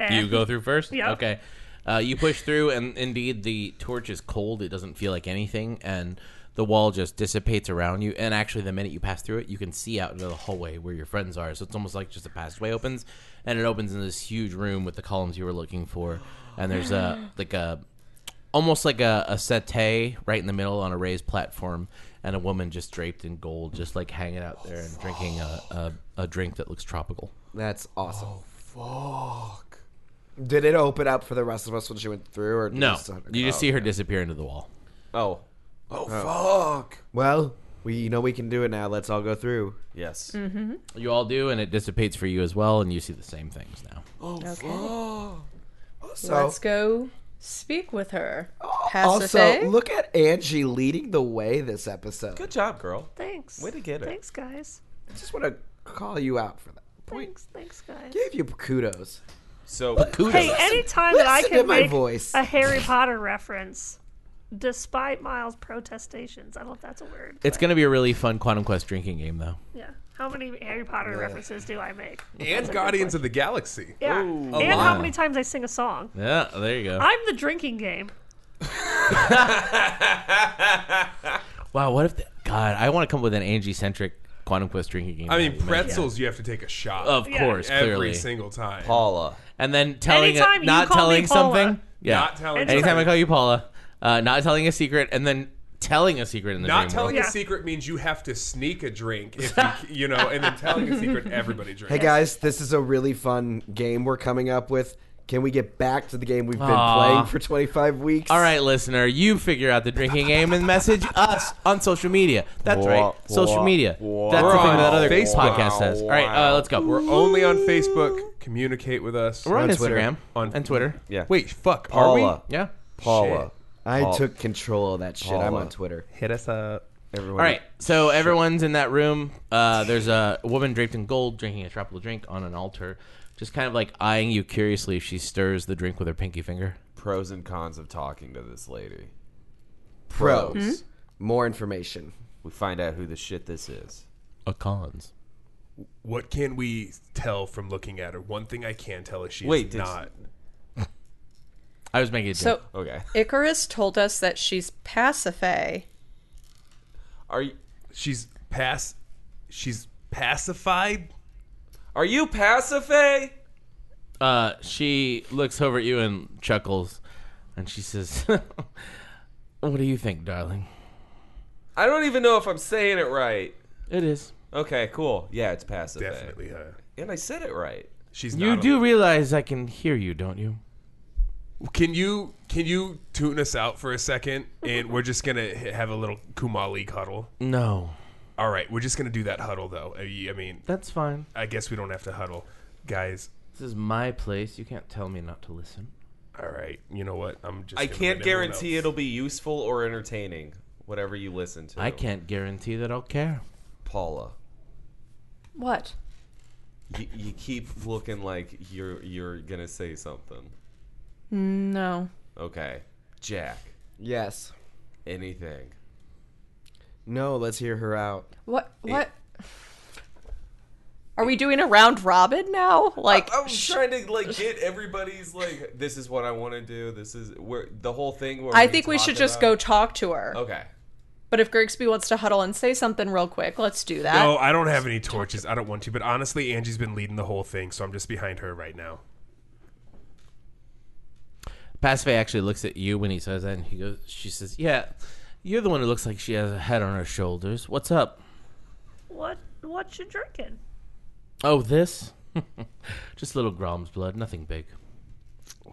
And You go through first. Yeah. Okay. Uh, you push through, and indeed the torch is cold. It doesn't feel like anything, and the wall just dissipates around you. And actually, the minute you pass through it, you can see out into the hallway where your friends are. So it's almost like just a passageway opens, and it opens in this huge room with the columns you were looking for. And there's a like a almost like a, a settee right in the middle on a raised platform, and a woman just draped in gold, just like hanging out there and drinking a, a, a drink that looks tropical. That's awesome. Oh, fuck. Did it open up for the rest of us when she went through, or did No, we still have to you go? just see her disappear into the wall. Oh. Oh, fuck. Well, we you know we can do it now. Let's all go through. Yes. Mm-hmm. You all do, and it dissipates for you as well, and you see the same things now. Oh, okay. So- Let's go speak with her. Also, Passafe? look at Angie leading the way this episode. Good job, girl. Thanks. Way to get it. Thanks, guys. I just want to call you out for that. Thanks, thanks, guys. Give you kudos. So kudos. Hey, anytime that I Listen can to my make voice. a Harry Potter reference, despite Miles' protestations, I don't know if that's a word. It's going to be a really fun Quantum Quest drinking game, though. Yeah. How many Harry Potter references do I make? That's a And good Guardians of the Galaxy. question. Yeah. Ooh. and how many times I sing a song? Yeah, there you go. I'm the drinking game. wow, what if? The, God, I want to come up with an Angie-centric Quantum Quest drinking game. I now, mean, you mentioned. pretzels. You have to take a shot. Of course, every clearly. single time. Paula. And then telling it, Anytime you not call me telling Paula. something. Yeah. Not telling Anytime something. I call you Paula, uh, not telling a secret, and then telling a secret in the Not dream telling world. a secret means you have to sneak a drink, if you, c- you know, and then telling a secret everybody drinks. Hey guys, this is a really fun game we're coming up with. Can we get back to the game we've been Aw. playing for 25 weeks? All right, listener, you figure out the drinking game and message us on social media. That's right, social media. That's We're the thing on that other Facebook. podcast says. All right, uh, let's go. We're only on Facebook. Communicate with us. We're on, Instagram on and Twitter. Yeah. Wait, fuck. Are we? Paula. Yeah. Paula. Shit. I Paul- took control of that shit. I'm Paula. on Twitter. Hit us up. Everyone. All right, so everyone's in that room. Uh, there's a woman draped in gold drinking a tropical drink on an altar, just kind of like eyeing you curiously if she stirs the drink with her pinky finger. Pros and cons of talking to this lady. Pros. Hmm? Hmm? More information. We find out who the shit this is. A cons. What can we tell from looking at her? One thing I can tell is she Wait, is did- not. I was making a So joke. Icarus told us that she's Pasiphae. Are you? She's pass. She's pacified. Are you Pasiphae? Uh, she looks over at you and chuckles, and she says, "What do you think, darling?" I don't even know if I'm saying it right. It is. Okay, cool. Yeah, it's Pasiphae. Definitely her. And I said it right. She's You do realize I can hear you, don't you? Can you can you tune us out for a second? And we're just gonna h- have a little Kumali cuddle. No. All right, we're just gonna do that huddle though. I I mean, That's fine. I guess we don't have to huddle, guys. This is my place. You can't tell me not to listen. All right, you know what? I'm just. I gonna can't let everyone guarantee it'll be useful or entertaining, whatever you listen to. I can't guarantee that I'll care. Paula, What? you, you keep looking like you're you're gonna say something. No. Okay, Jack. Yes. Anything. No, let's hear her out. What? What? Are we doing a round robin now? Uh, Like, oh, I'm trying to like get everybody's like, this is what I want to do. This is where the whole thing. Where I think we should just go talk to her. Okay. But if Grigsby wants to huddle and say something real quick, let's do that. No, I don't have any torches. I don't want to. But honestly, Angie's been leading the whole thing, so I'm just behind her right now. Pasfay actually looks at you when he says that, and he goes, "She says, yeah, you're the one who looks like she has a head on her shoulders. What's up? What what you drinking? Oh, this? Just little Grom's blood, nothing big.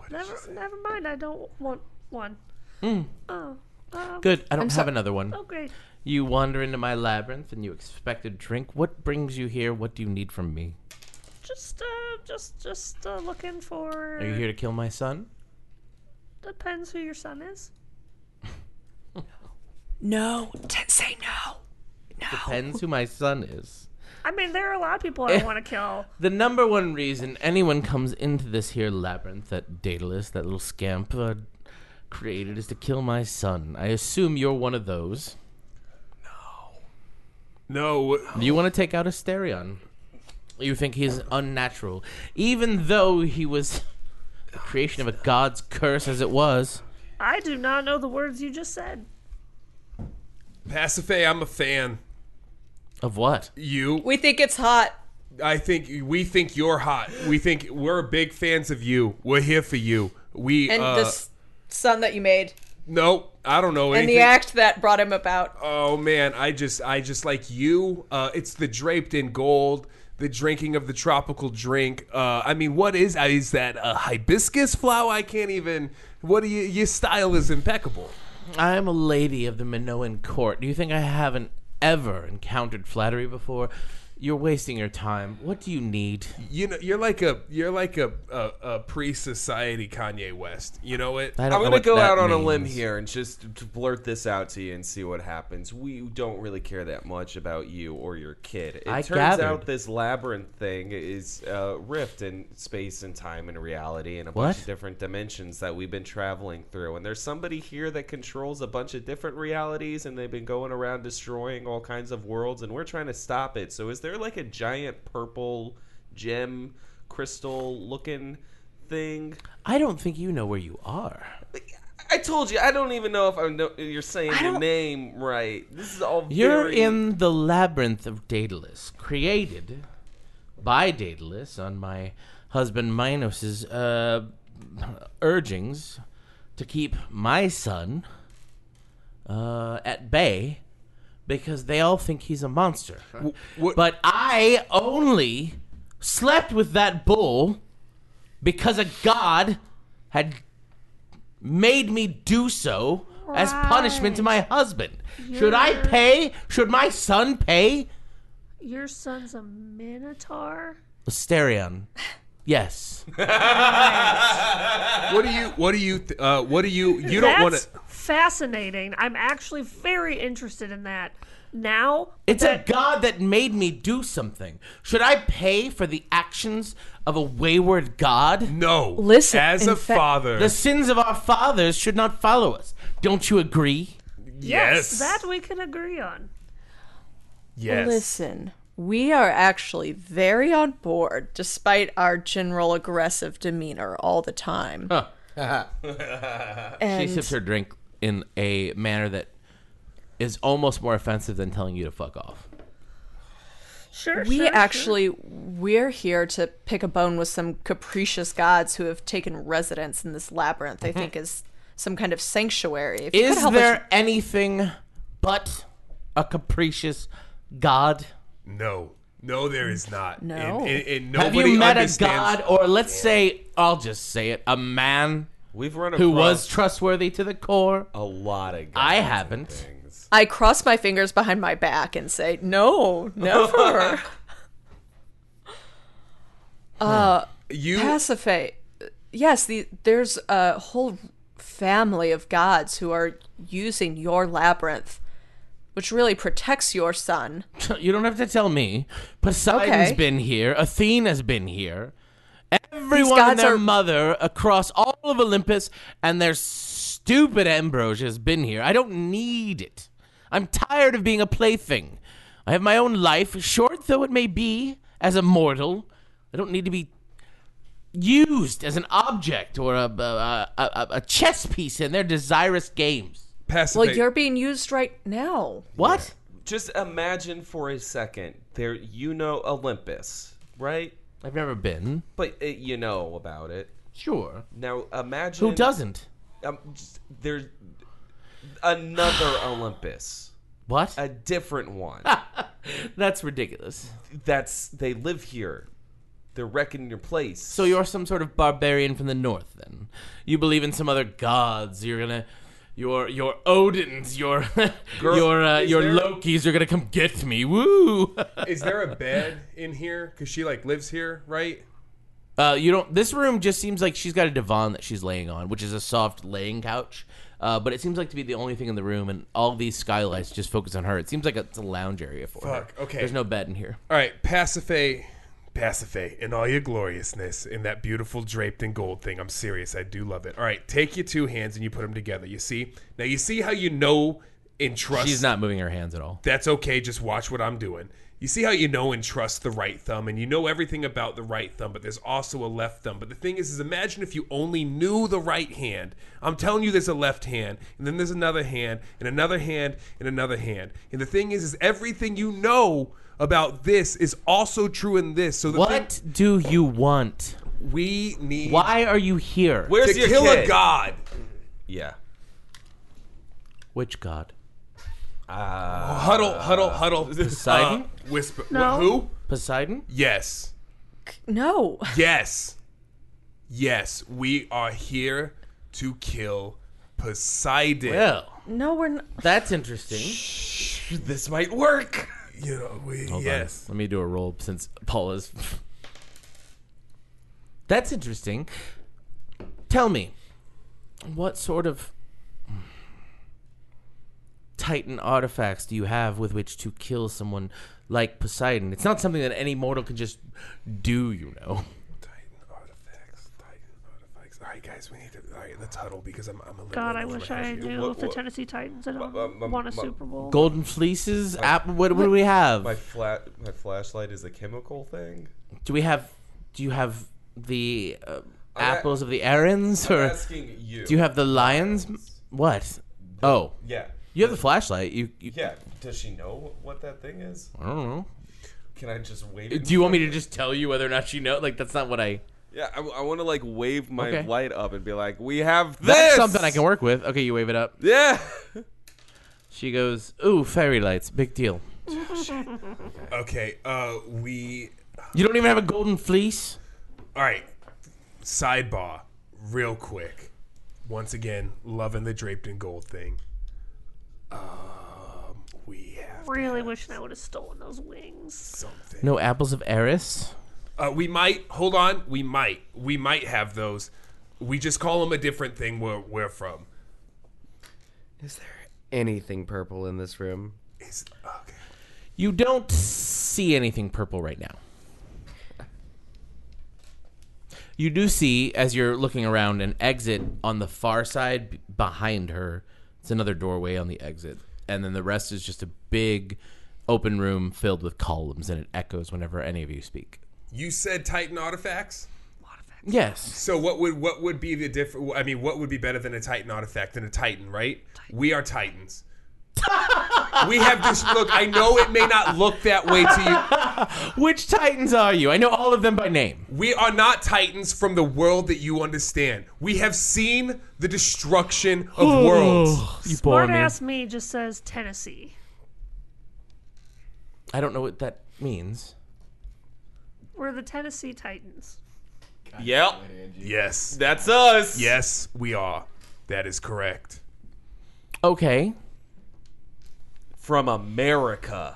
Never never mind, I don't want one. Mm. Oh. Um, Oh, Good. I don't have another one. Oh, Okay. You wander into my labyrinth and you expect a drink. What brings you here? What do you need from me? Just uh just just uh, looking for Are Er. you here to kill my son? depends who your son is. No, t- say no. Depends who my son is. I mean, there are a lot of people I want to kill. The number one reason anyone comes into this here labyrinth that Daedalus, that little scamp, uh, created is to kill my son. I assume you're one of those. No. You want to take out Asterion. You think he's unnatural, even though he was the creation of a god's curse as it was. I do not know the words you just said. Pasiphae, I'm a fan. Of what? You. We think it's hot. I think we think you're hot. We think we're big fans of you. We're here for you. We And uh, Oh, this son that you made. Nope, I don't know and anything. the act that brought him about. Oh man, I just I just like you. Uh, it's the draped in gold, the drinking of the tropical drink. Uh, I mean, what is is that a hibiscus flower? I can't even. What do you? Your style is impeccable. I am a lady of the Minoan court. Do you think I haven't ever encountered flattery before? You're wasting your time. What do you need? You know, you're like a you're like a a, a pre-society Kanye West. You know it. I'm gonna go out on a limb here and just t- blurt this out to you and see what happens. We don't really care that much about you or your kid. It I turns gathered. out this labyrinth thing is a rift in space and time and reality and a bunch What? of different dimensions that we've been traveling through. And there's somebody here that controls a bunch of different realities, and they've been going around destroying all kinds of worlds, and we're trying to stop it. So is there like a giant purple gem crystal looking thing? I don't think you know where you are. I told you I don't even know if I'm no, you're saying your name right. This is all You're very- in the labyrinth of Daedalus, created by Daedalus on my husband Minos's uh, urgings to keep my son uh, at bay because they all think he's a monster. But I only slept with that bull because a god had made me do so as punishment to my husband. Should I You're- pay? Should my son pay? Your son's a minotaur? Asterion. Yes. what do you What do you th- uh, What do you You don't That's want to. Fascinating. I'm actually very interested in that. Now, It's a god that made me do something. Should I pay for the actions of a wayward god? No. Listen, as in a fact- father- the sins of our fathers should not follow us. Don't you agree? yes, that we can agree on. Listen, we are actually very on board despite our general aggressive demeanor all the time. she And- sips her drink in a manner that is almost more offensive than telling you to fuck off. Sure. we sure, sure. actually we're here to pick a bone with some capricious gods who have taken residence in this labyrinth. I Mhm. think is some kind of sanctuary. If you could Is help us- there anything but a capricious god? No, no, there is not. No. And, and, and Have nobody you met a understands- god, or let's say, I'll just say it, a man We've run who was across- trustworthy to the core? A lot of I haven't. I cross my fingers behind my back and say, "No, never." uh, you pacify. Yes, the, there's a whole family of gods who are using your labyrinth, which really protects your son. You don't have to tell me. Poseidon's Okay. been here. Athena's been here. Everyone and gods their are- mother across all of Olympus and their stupid Ambrosia has been here. I don't need it. I'm tired of being a plaything. I have my own life, short though it may be, as a mortal. I don't need to be used as an object or a, a, a, a- a chess piece in their desirous games. Passive. Well, you're being used right now. What? Just imagine for a second there. You know Olympus, right? I've never been. But uh you know about it. Sure. Now imagine Who doesn't? Um, just, there's another Olympus. What? A different one. That's ridiculous. That's they live here. They're wrecking your place. So you're some sort of barbarian from the north, then? You believe in some other gods? You're gonna, your your Odin's, your Girl, your uh, is your there- Loki's are gonna come get me. Woo! is there a bed in here? Because she like lives here, right? Uh, you don't. This room just seems like she's got a divan that she's laying on, which is a soft laying couch. Uh, but it seems like to be the only thing in the room, and all these skylights just focus on her. It seems like it's a lounge area for her. Fuck, okay. There's no bed in here. All right, Pasiphae, Pasiphae, in all your gloriousness, in that beautiful draped in gold thing. I'm serious, I do love it. All right, take your two hands and you put them together. You see? Now you see how you know and trust. She's not moving her hands at all. That's okay. Just watch what I'm doing. You see how you know and trust the right thumb, and you know everything about the right thumb, but there's also a left thumb. But the thing is, is imagine if you only knew the right hand. I'm telling you, there's a left hand, and then there's another hand, and another hand, and another hand. And the thing is, is everything you know about this is also true in this. So the What thing, do you want? we need Why are you here? to kill a god. Yeah. Which god? Uh, Huddle, huddle, huddle. Poseidon? Uh, whisper. No. Who? Poseidon? Yes. No. Yes. Yes. We are here to kill Poseidon. Well. No, we're not. That's interesting. This might work. You know, we, Hold on. yes. Let me do a roll since Paula's. That's interesting. Tell me, what sort of Titan artifacts do you have with which to kill someone like Poseidon? It's not something that any mortal can just do, you know. All right, guys, we need to. All right, let's huddle because I'm, I'm a little. God, I I'm wish ahead I here. knew if the Tennessee Titans had won a Super Bowl. Golden fleeces? App, what, what do we have? My flat, my flashlight is a chemical thing. Do we have? Do you have the uh, I'm a- apples of the errands, I'm or asking you. do you have the lions? What? oh, yeah. You have the flashlight. You, you Yeah. Does she know what that thing is? I don't know. Can I just wave? Uh, Do you want me to just tell you whether or not you know? Like that's not what I. Yeah, I, want to like wave my Okay. light up and be like, "We have this." That's something I can work with. Okay, you wave it up. Yeah. She goes, "Ooh, fairy lights, big deal." Okay, uh, we. You don't even have a golden fleece. All right, sidebar, real quick. Once again, loving the draped in gold thing. Um, we have Really wishing I would have stolen those wings. Something. No apples of Eris. Uh, we might hold on. We might. We might have those. We just call them a different thing where we're from. Is there anything purple in this room? You don't see anything purple right now. You do see, as you're looking around, an exit on the far side b- behind her. It's another doorway on the exit. And then the rest is just a big open room filled with columns, and it echoes whenever any of you speak. You said Titan artifacts. Yes. So what would what would be the different? I mean, what would be better than a Titan artifact than a Titan? Right? We are Titans. we have this look. I know it may not look that way to you. Which Titans are you? I know all of them by name. We are not Titans from the world that you understand. We have seen the destruction of worlds. You bore Smart me. ass me just says Tennessee. I don't know what that means. We're the Tennessee Titans. Yep. Yes. That's us. Yes, we are. That is correct. Okay. From America.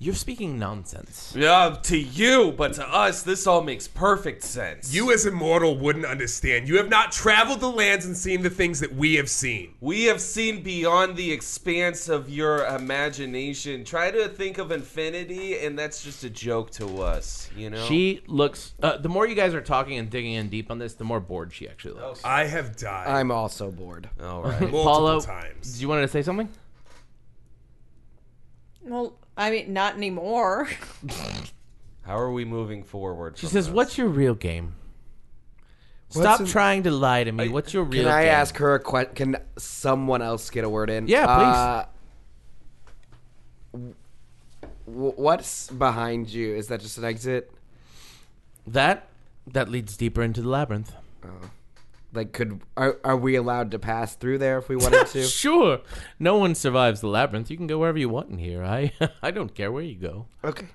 You're speaking nonsense. Yeah, to you, but to us, this all makes perfect sense. You as immortal wouldn't understand. You have not traveled the lands and seen the things that we have seen. We have seen beyond the expanse of your imagination. Try to think of infinity, and that's just a joke to us, you know? She looks. Uh, the more you guys are talking and digging in deep on this, the more bored she actually looks. Oh, I have died. I'm also bored. All Paula, Do you want to say something? Well, I mean, not anymore. How are we moving forward? She from says, this? "What's your real game? What's Stop in- trying to lie to me. What's your real Can I game?" ask her a question? Can someone else get a word in? Yeah, Uh, w- what's behind you? Is that just an exit? That that leads deeper into the labyrinth. Oh. Like, could are, are we allowed to pass through there if we wanted to? sure. No one survives the labyrinth. You can go wherever you want in here. I I don't care where you go. Okay.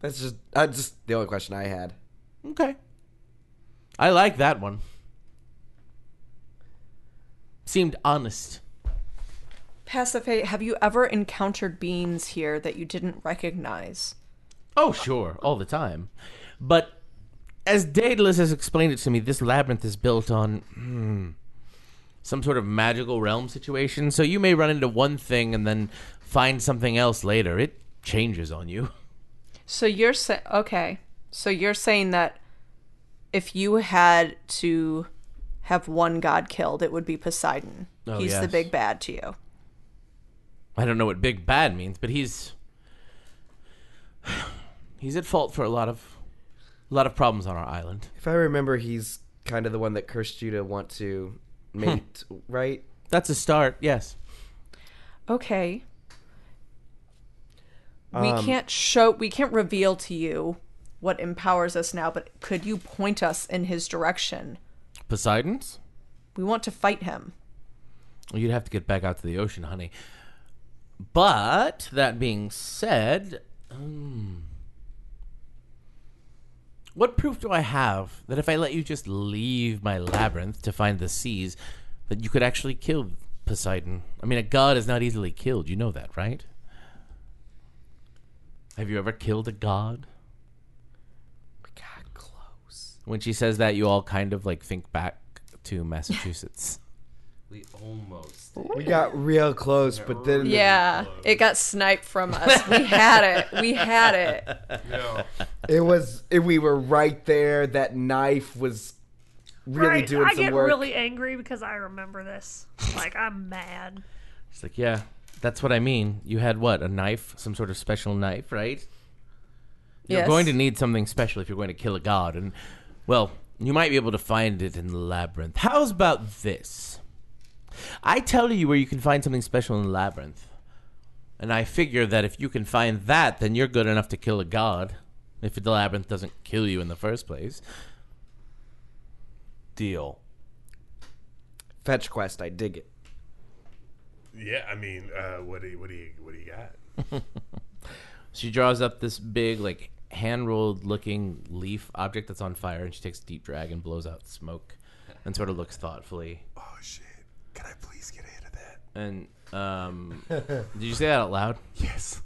That's just uh, just the only question I had. Okay. I like that one. Seemed honest. Pasiphae, have you ever encountered beings here that you didn't recognize? Oh, sure, all the time. But as Daedalus has explained it to me, this labyrinth is built on hmm, some sort of magical realm situation. So you may run into one thing and then find something else later. It changes on you. So you're saying okay. So you're saying that if you had to have one god killed, it would be Poseidon. Oh, He's the yes. big bad to you. I don't know what big bad means, but he's he's at fault for a lot of a lot of problems on our island. If I remember, he's kind of the one that cursed you to want to Hmm. mate, right? That's a start. Yes. Okay. We Um, can't show we can't reveal to you what empowers us now, but could you point us in his direction? Poseidon's? We want to fight him. You'd have to get back out to the ocean, honey. But that being said, um, what proof do I have that if I let you just leave my labyrinth to find the seas, that you could actually kill Poseidon? I mean, a god is not easily killed. You know that, right? Have you ever killed a god? When she says that, you all kind of like think back to Massachusetts. We almost. We got real close, but then Yeah, it got sniped from us. We had it. We had it. it was it, we were right there. That knife was really Right, doing I some get work. really angry because I remember this. Like I'm mad. It's like, yeah, that's what I mean. You had what? A knife? Some sort of special knife, right? You're Yes. going to need something special if you're going to kill a god. And, well, you might be able to find it in the labyrinth. How's about this? I tell you where you can find something special in the labyrinth. And I figure that if you can find that, then you're good enough to kill a god. If the labyrinth doesn't kill you in the first place. Deal. Fetch quest, I dig it. Yeah, I mean, uh, what do you, what do you what do you got? She draws up this big, like, hand rolled looking leaf object that's on fire, and she takes a deep drag and blows out smoke and sort of looks thoughtfully. Oh, shit. Can I please get a hit of that? And, um, did you say that out loud? Yes.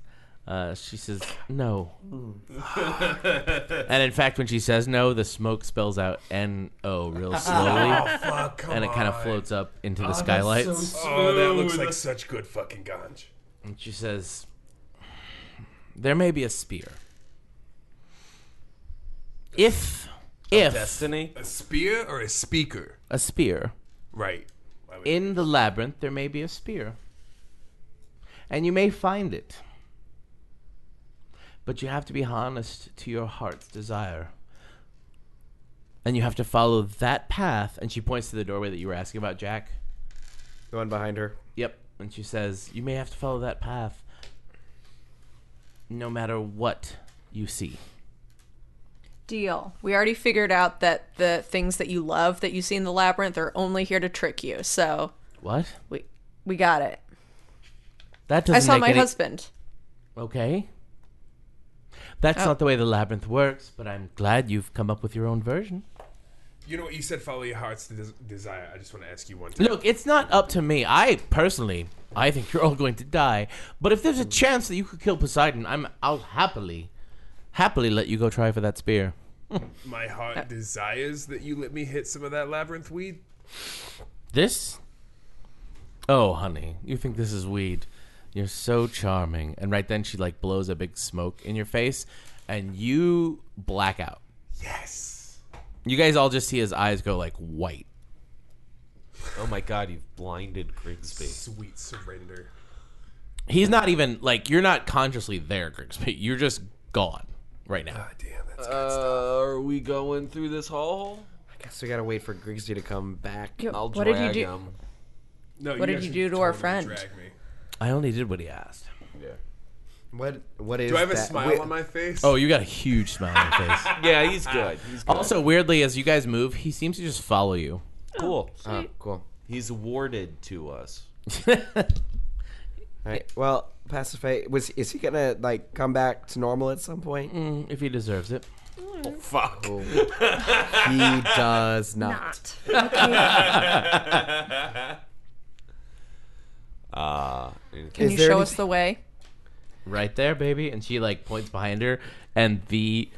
Uh, she says, no. and in fact, when she says no, the smoke spells out N O real slowly. Oh, fuck, come and it kind of on. floats up into Oh, the that's so skylights. Oh, that looks like such good fucking ganj. And she says, There may be a spear. If, if destiny, a spear or a speaker, a spear, right? in the labyrinth, there may be a spear. And you may find it. But you have to be honest to your heart's desire. And you have to follow that path. And she points to the doorway that you were asking about, Jack. The one behind her. Yep. And she says, You may have to follow that path no matter what you see. Deal. We already figured out that the things that you love that you see in the labyrinth are only here to trick you. So What? we we got it. That doesn't I saw make my any- husband. Okay. That's Oh. not the way the labyrinth works, but I'm glad you've come up with your own version. You know what you said? Follow your heart's des- desire. I just want to ask you one time. Look, it's not up to me. I personally, I think you're all going to die. But if there's a chance that you could kill Poseidon, I'm I'll happily happily let you go try for that spear. My heart desires that you let me hit some of that labyrinth weed. This? Oh, honey, you think this is weed. You're so charming. And right then she like blows a big smoke in your face and you black out. Yes. You guys all just see his eyes go like white. Oh my god, you've blinded Grigsby. Sweet surrender. He's not even like you're not consciously there, Grigsby. You're just gone right now. Uh, are we going through this hall? I guess we gotta wait for Grigsby to come back. Yeah, I'll what did you drag do- him. No, What you did you actually do to our told him to friend? drag me. I only did what he asked. Yeah. What? What is? Do I have a that? smile Wait- on my face? Oh, you got a huge smile on your face. Yeah, he's good. He's good. Also, weirdly, as you guys move, he seems to just follow you. cool. Oh, cool. He's warded to us. All right. Well, pacify. Was is he gonna like come back to normal at some point? Mm, if he deserves it. Oh, fuck. he does not. Uh, Can you show us the way? Right there, baby. And she like points behind her, and the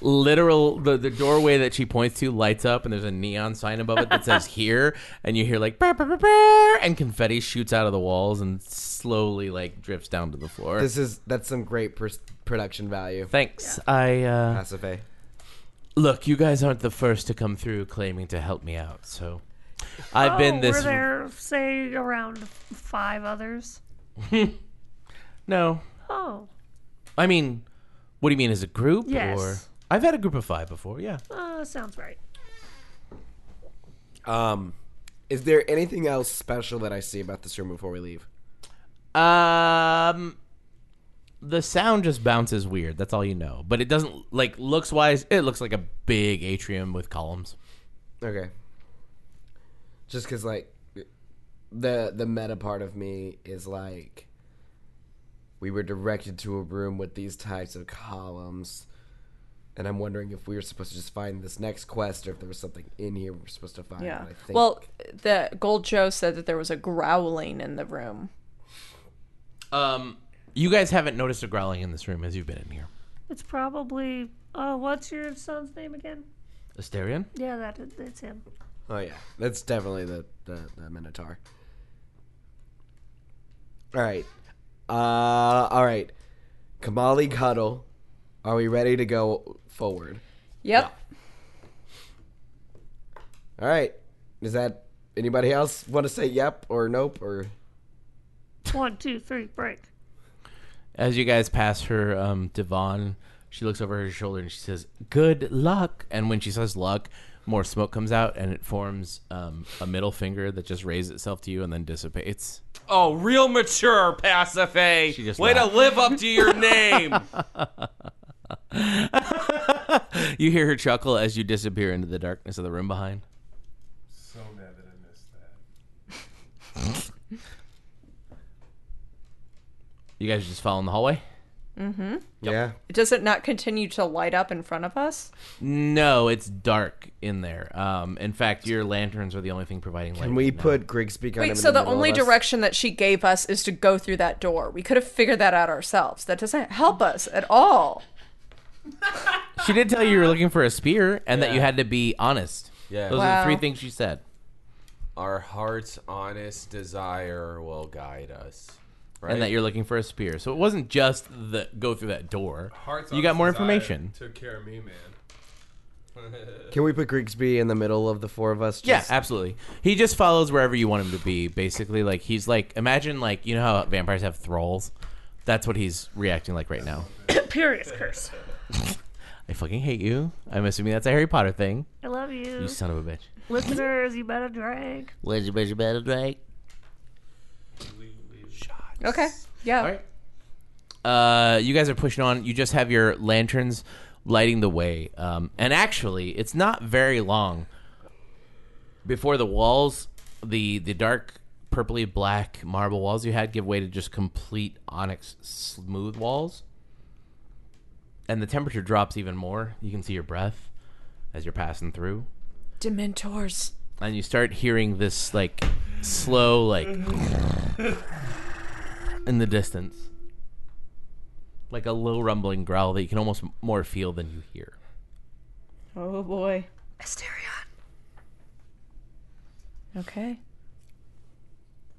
literal the, the doorway that she points to lights up, and there's a neon sign above it that says "Here," and you hear like "Brr, brr, brr, brr," and confetti shoots out of the walls and slowly like drifts down to the floor. This is that's some great pers- production value. Thanks. I uh Pacify. Look, you guys aren't the first to come through claiming to help me out, so I've oh, been this. Were there say around five others? no, Oh, I mean, what do you mean as a group? Yes. Or I've had a group of five before. Oh, Yeah. uh, sounds right. Um, is there anything else special that I see about this room before we leave? Um, the sound just bounces weird. That's all you know. But it doesn't like looks wise. It looks like a big atrium with columns. Okay. Just because, like, the the meta part of me is like we were directed to a room with these types of columns and I'm wondering if we were supposed to just find this next quest or if there was something in here we were supposed to find. yeah. but I think Well, the Gold Joe said that there was a growling in the room. Um, you guys haven't noticed a growling in this room as you've been in here. It's probably. Uh, what's your son's name again? Asterion? Yeah, that it's him. Oh yeah, that's definitely the the, the Minotaur. All right, uh, all right, Kamali Cuddle, are we ready to go forward? Yep. All right, is that anybody else want to say yep or nope or? One, two, three, break. As you guys pass her um, divan, she looks over her shoulder and she says, "Good luck." And when she says "luck," more smoke comes out and it forms um, a middle finger that just raises itself to you and then dissipates. Oh, real mature, Pasiphae. She just Way laughed. to live up to your name. You hear her chuckle as you disappear into the darkness of the room behind. So mad that I missed that. You guys are just following the hallway? Mm-hmm. Yeah. Does it not continue to light up in front of us? No, it's dark in there. Um, in fact, your lanterns are the only thing providing light. Can we put Grigsby kind Wait, of? so the, only direction that she gave us is to go through that door. We could have figured that out ourselves. That doesn't help us at all. She did tell you you were looking for a spear and that you had to be honest. Yeah. Those are the three Wow. things she said. Our heart's honest desire will guide us. Right? And that you're looking for a spear. So it wasn't just the go through that door. Heart's you got honest more desire information. Took care of me, man. Can we put Grigsby in the middle of the four of us? Yeah, Just- absolutely. He just follows wherever you want him to be. Basically, like he's like imagine like you know how vampires have thralls. That's what he's reacting like right now. Period curse. I fucking hate you. I'm assuming that's a Harry Potter thing. I love you. You son of a bitch. Listeners, you better drink. Where's your bitch battle drag? Okay. Yeah. Uh, you guys are pushing on. You just have your lanterns lighting the way. Um, and actually, it's not very long before the walls, the the dark purpley black marble walls you had give way to just complete onyx smooth walls. And the temperature drops even more. You can see your breath as you're passing through Dementors. and you start hearing this like slow like in the distance like a low rumbling growl that you can almost m- more feel than you hear Oh boy. Asterion. Okay.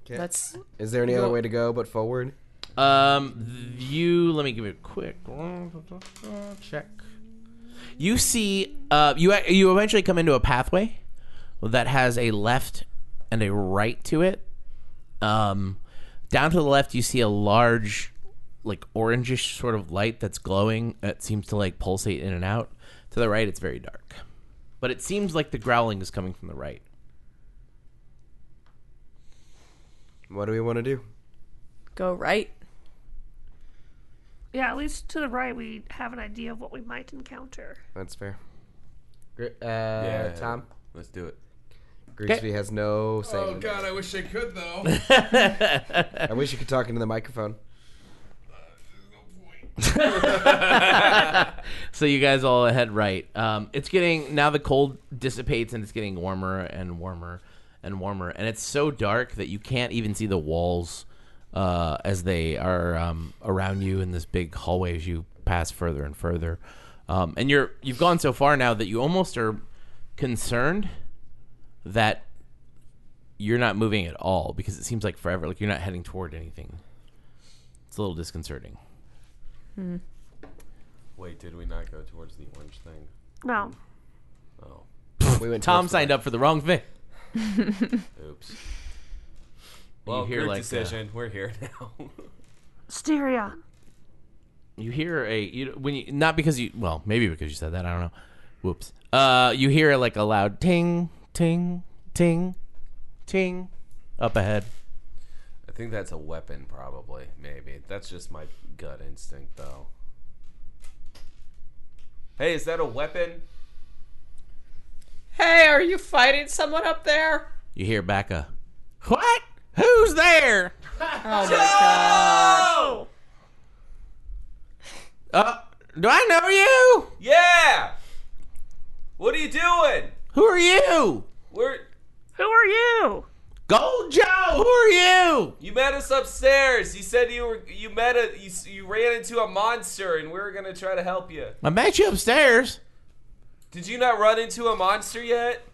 Okay. Let's- Is there any other way to go but forward? um you let me give it a quick Oh, check you see uh you ac- you eventually come into a pathway that has a left and a right to it um down to the left you see a large like orangish sort of light that's glowing that seems to like pulsate in and out to the right it's very dark but it seems like the growling is coming from the right What do we want to do? Go right. Yeah, at least to the right, we have an idea of what we might encounter. That's fair. Gr- uh, yeah, Tom. Let's do it. Grigsby has no say. Oh in it. God, I wish I could though. I wish you could talk into the microphone. so you guys all head right. Um, it's getting now the cold dissipates and it's getting warmer and warmer and warmer, and it's so dark that you can't even see the walls uh, as they are um, around you in this big hallway as you pass further and further. Um, and you're you've gone so far now that you almost are concerned that you're not moving at all because it seems like forever. Like you're not heading toward anything. It's a little disconcerting. Wait, did we not go towards the orange thing? No. Oh. We went Tom signed up for the wrong thing. Oops. You Well, hear, great like, decision. We're here now. Asterion. you hear a you when you not because you well maybe because you said that I don't know. Whoops. Uh, you hear like a loud ting ting ting ting up ahead. I think that's a weapon, probably. Maybe that's just my gut instinct, though. Hey, is that a weapon? Hey, are you fighting someone up there? You hear back a Who's there? Oh my god. Uh, do I know you? Yeah. What are you doing? Who are you? We're Who are you? Gold Joe. Who are you? You met us upstairs. You said you were you met a you, s- you ran into a monster and we were gonna try to help you. I met you upstairs. Did you not run into a monster yet?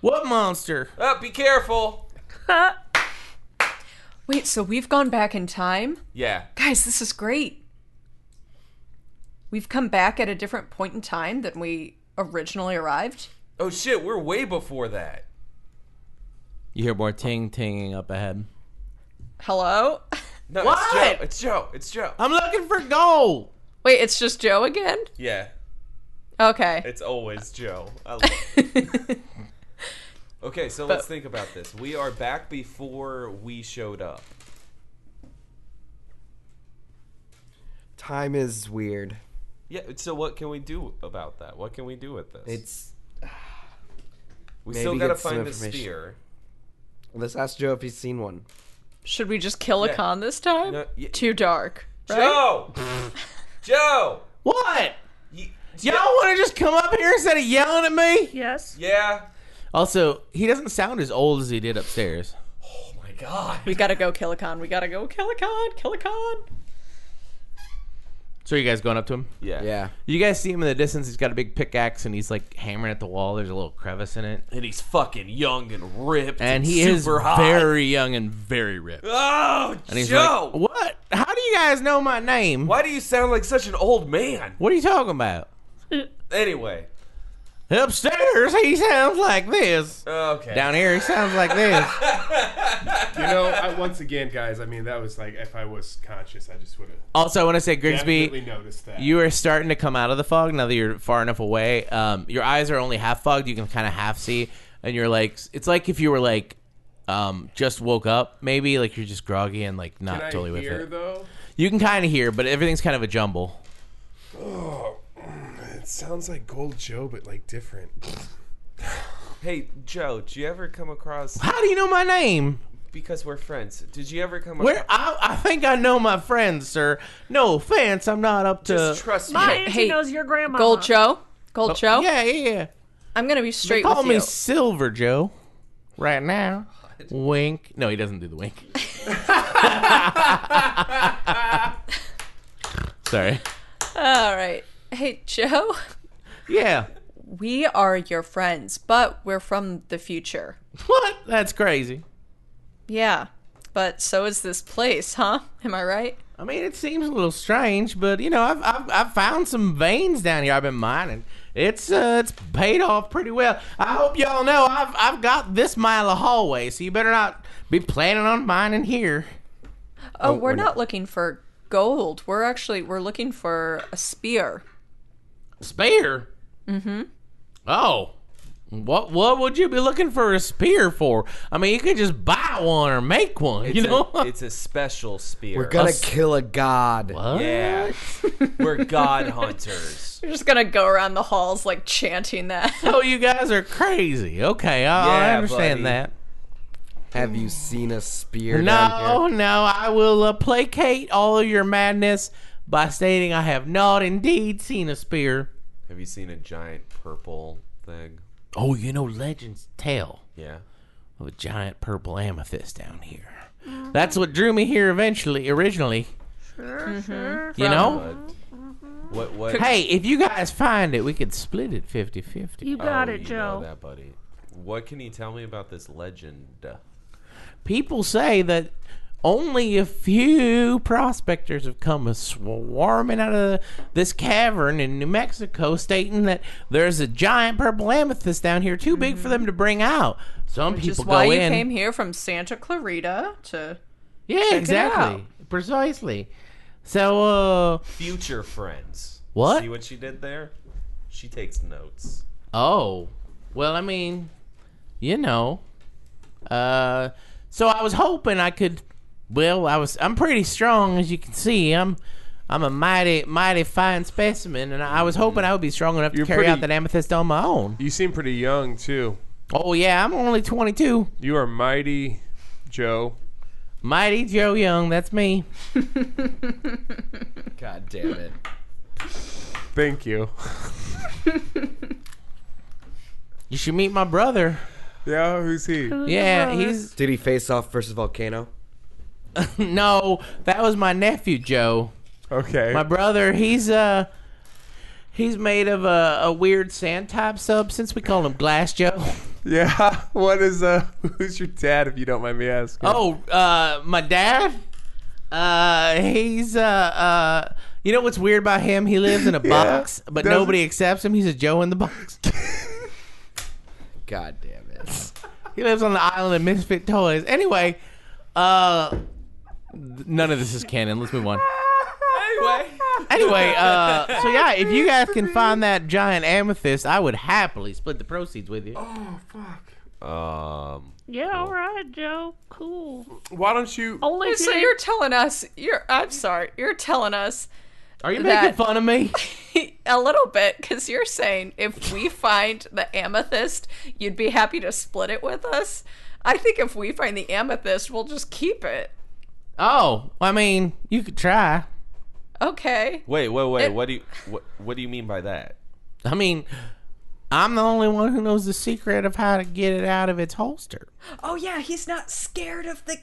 What monster? Uh, be careful. Wait, so we've gone back in time? Yeah. Guys, this is great. We've come back at a different point in time than we originally arrived. Oh shit, we're way before that. You hear more ting tinging up ahead. Hello? No, What? it's Joe. It's Joe. It's Joe. I'm looking for gold. Wait, it's just Joe again? Yeah. Okay. It's always Joe. I love it. okay, so let's think about this. We are back before we showed up. Time is weird. Yeah, so what can we do about that? What can we do with this? It's we Maybe still gotta get some find the information. spear. Let's ask Joe if he's seen one. Should we just kill a Yeah. con this time? No, y- Too dark. Right? Joe! Joe! What? Y'all want to just come up here instead of yelling at me? Yes. Yeah. Also, he doesn't sound as old as he did upstairs. Oh my god. We gotta go kill a con. We gotta go kill a con. Kill a con. So you guys going up to him? Yeah. Yeah. You guys see him in the distance. He's got a big pickaxe and he's like hammering at the wall. There's a little crevice in it. And he's fucking young and ripped. And he super is hot. very young and very ripped. Oh, And he's Joe! like, "What? How do you guys know my name? Why do you sound like such an old man?" What are you talking about? Anyway. Upstairs, he sounds like this. Okay. Down here, he sounds like this. You know, I, once again, guys. I mean, that was like if I was conscious, I just would have. Also, I want to say, Definitely noticed Grigsby, that. you are starting to come out of the fog now that you're far enough away. Um, your eyes are only half fogged; you can kind of half see, and you're like, it's like if you were like um, just woke up, maybe like you're just groggy and like not Can I totally hear, with it. though? You can kind of hear, but everything's kind of a jumble. Oh, it sounds like Gold Joe, but like different. Hey, Joe, did you ever come across How do you know my name? because we're friends? Did you ever come Where across I, I think I know my friends, sir. No offense, I'm not up to Just trust me. My auntie knows your grandma. Gold Joe? Gold Oh, Joe? Yeah, yeah, yeah. I'm gonna be straight Call with me you. Silver Joe, right now. Wink. No, he doesn't do the wink. Sorry. All right. Hey, Joe. Yeah. We are your friends, but we're from the future. What? That's crazy. Yeah. But so is this place, huh? Am I right? I mean, it seems a little strange, but you know, I've I've, I've found some veins down here. I've been mining. It's uh, it's paid off pretty well. I hope y'all know I've I've got this mile of hallway, so you better not be planning on mining here. Oh, we're, not looking for gold. We're actually we're looking for a spear. Spear. Mm-hmm. Oh. What what would you be looking for a spear for? I mean, you could just buy one or make one, you It's a- know? it's a special spear. We're gonna Us- kill a god. What? Yeah. We're god hunters. We're just gonna go around the halls like chanting that. oh, you guys are crazy. Okay, I, I Yeah, understand buddy. that. Have you seen a spear? No, down here? no, I will uh, placate all of your madness by stating I have not indeed seen a spear. Have you seen a giant purple thing? Oh, you know, legends tell Yeah. of a giant purple amethyst down here. That's what drew me here eventually, originally. Mm-hmm. You know? Mm-hmm. What? What? Hey, if you guys find it, we could split it 50 50. You got Oh, it, you Joe. know that, buddy. What can you tell me about this legend? People say that only a few prospectors have come a swarming out of this cavern in New Mexico, stating that there's a giant purple amethyst down here, too big for them to bring out. Mm-hmm. Some Which people is go why you in. came here from Santa Clarita to yeah, check it exactly, out. precisely. So, uh, Future friends. What? See what she did there? She takes notes. Oh, well, I mean, you know, uh, so I was hoping I could. Well, I was. I'm pretty strong, as you can see. I'm, I'm a mighty, mighty fine specimen, and I was hoping I would be strong enough You're to carry out pretty- that amethyst on my own. You seem pretty young too. Oh yeah, I'm only 22. You are mighty, Joe. Mighty Joe Young, that's me. God damn it. Thank you. you should meet my brother. Yeah, who's he? Yeah, he's Did he face off versus Volcano? no, that was my nephew Joe. Okay. My brother, he's uh he's made of a, a weird sand type substance. We call him Glass Joe. Yeah. What is uh? Who's your dad? If you don't mind me asking. Oh, uh, my dad. Uh, he's uh, uh, you know what's weird about him? He lives in a Yeah. box, but Doesn't- nobody accepts him. He's a Joe in the box. God damn it. he lives on the island of misfit toys. Anyway, uh, none of this is canon. Let's move on. Anyway. Anyway, uh, so yeah, if you guys can find that giant amethyst, I would happily split the proceeds with you. Oh fuck. Um. Yeah, all right, Joe. Cool. Why don't you? Only if so you- you're telling us you're I'm sorry, you're telling us Are you making That- fun of me? a little bit cuz you're saying if we find the amethyst, you'd be happy to split it with us. I think if we find the amethyst, we'll just keep it. Oh, I mean, you could try. Okay. Wait, wait, wait. It- what do you what, what do you mean by that? I mean, I'm the only one who knows the secret of how to get it out of its holster. Oh yeah, he's not scared of the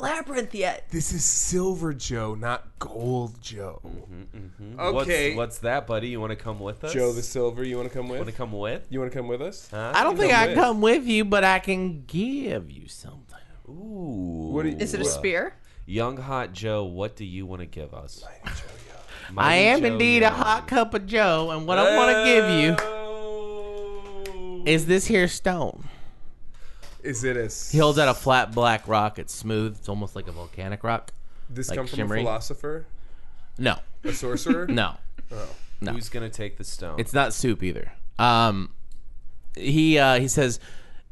labyrinth yet. This is silver Joe, not gold Joe. mm-hmm. What's, what's that, buddy? You want to come with us? Joe the Silver, you want to come with? Want to come with? You want to come with us? Huh? I don't You think I with. can come with you, but I can give you something. Ooh. What do you- Is it a spear? Young hot Joe, what do you want to give us? I Mighty am Joe indeed a Young. hot cup of Joe, and what I want to give you is this here stone. Is it a? He holds out a flat black rock. It's smooth. It's almost like a volcanic rock. This like come from shimmery. a philosopher, No. a sorcerer? No. Oh. No. Who's gonna take the stone? It's not soup either. Um, he uh, he says,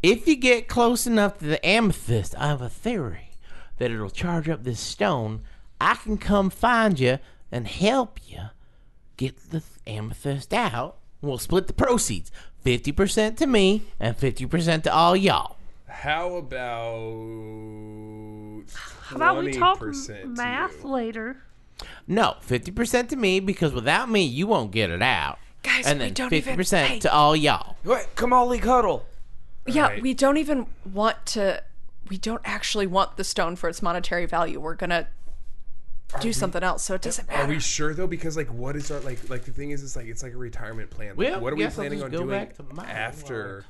if you get close enough to the amethyst, I have a theory that it'll charge up this stone. I can come find you and help you get the amethyst out. We'll split the proceeds, fifty percent to me and fifty percent to all y'all. How about How about we talk m- 20% math later? No, fifty percent to me because without me, you won't get it out. Guys, and we then don't fifty even- percent hey. to all y'all. What? Kamali Cuddle. Yeah, we don't even want to. We don't actually want the stone for its monetary value. We're gonna do we- something else, so it doesn't Are matter. we sure though? Because like, what is our like? Like the thing is, it's like it's like a retirement plan. Like, Well, what are we guess I'll planning just on go doing back to mine after?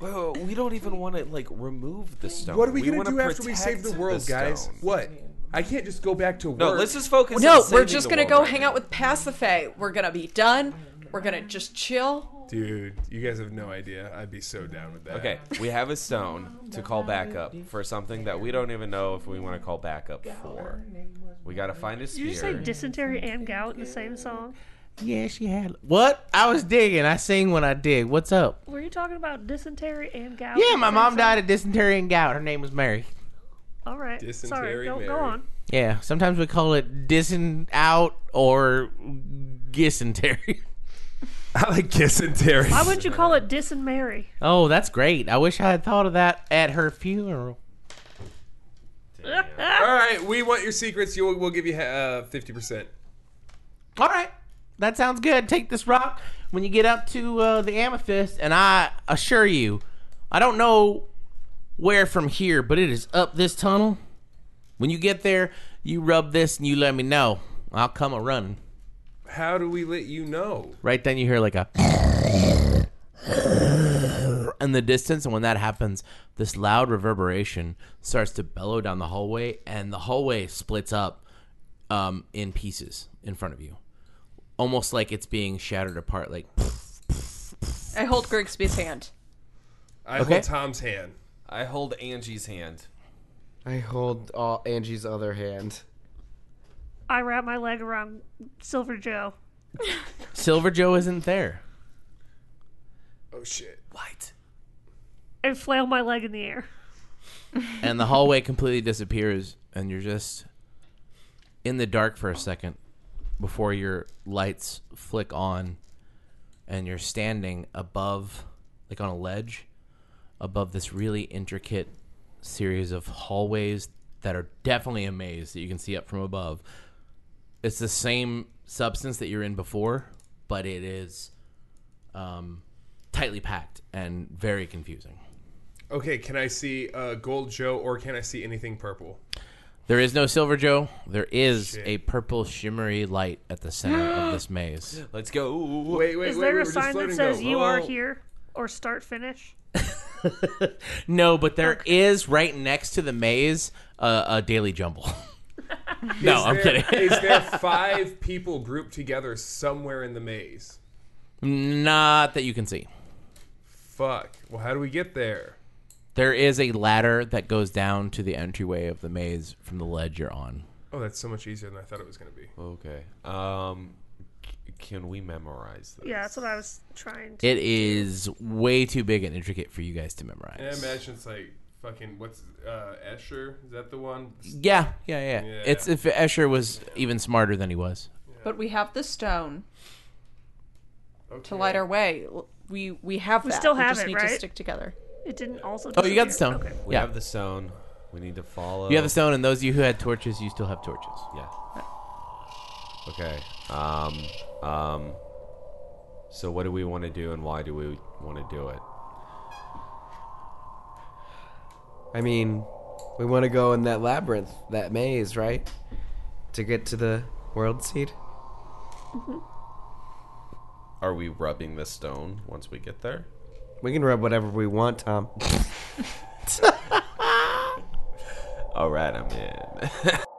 Well, we don't even want to like remove the stone. What are we, wanna gonna do after we protect save the world, stone. guys? What? I can't just go back to work. No, let's just focus on no, we're saving just the gonna world go right hang out with Pasiphae. We're gonna be done. We're gonna just chill. Dude, you guys have no idea. I'd be so down with that. Okay, we have a stone to call backup for something that we don't even know if we want to call backup for. We gotta find a Did you say spear. dysentery and gout in the same song? Yeah, she had. What? I was digging. I sing when I dig. What's up? Were you talking about dysentery and gout? Yeah, in my the mom same died song? of dysentery and gout. Her name was Mary. All right. Sorry. Dysentery, Go, go Mary. on. Yeah, sometimes we call it dissing out or dysentery. I like dysentery. Why would you call it dysentery? Oh, that's great. I wish I had thought of that at her funeral. All right, we want your secrets. You, we'll give you uh, fifty percent. All right, that sounds good. Take this rock when you get up to uh, the amethyst, and I assure you, I don't know where from here, but it is up this tunnel. When you get there, you rub this and you let me know. I'll come a running. How do we let you know? Right then, you hear like a in the distance, and when that happens, this loud reverberation starts to bellow down the hallway, and the hallway splits up um, in pieces in front of you, almost like it's being shattered apart. Like, I hold Grigsby's hand. I Okay. hold Tom's hand. I hold Angie's hand. I hold all Angie's other hand. I wrap my leg around Silver Joe. Silver Joe isn't there. Oh shit! What? and flail my leg in the air. and the hallway completely disappears, and you're just in the dark for a second before your lights flick on, and you're standing above, like on a ledge, above this really intricate series of hallways that are definitely a maze that you can see up from above. It's the same substance that you're in before, but it is um, tightly packed and very confusing. Okay, can I see uh, Gold Joe or can I see anything purple? There is no silver, Joe. There is a purple, shimmery light at the center of this maze. Let's go. Wait, wait, Is wait. there we were a just sign that floating, says though. "You are Whoa. here" or "Start Finish"? No, but there is right next to the maze uh, a daily jumble. no, Is I'm there- kidding. is there five people grouped together somewhere in the maze? Not that you can see. Fuck. Well, how do we get there? There is a ladder that goes down to the entryway of the maze from the ledge you're on. Oh, that's so much easier than I thought it was going to be. Okay. Um, c- can we memorize this? Yeah, that's what I was trying to. It is way too big and intricate for you guys to And I memorize. imagine it's like fucking what's uh, Escher? Is that the one? Yeah, yeah, yeah. It's if Escher was even smarter than he was. But we have the stone to light our way. L- We we have We that. still we have just it, need to right? stick together. It didn't also. Oh, you got the disappear. stone. Okay. We Yeah. have the stone. We need to follow. You have the stone, and those of you who had torches, you still have torches. Yeah. Okay. Um. Um. So what do we want to do, and why do we want to do it? I mean, we want to go in that labyrinth, that maze, right? To get to the world seed. Are we rubbing the stone once we get there? We can rub whatever we want, Tom. All right, I'm in.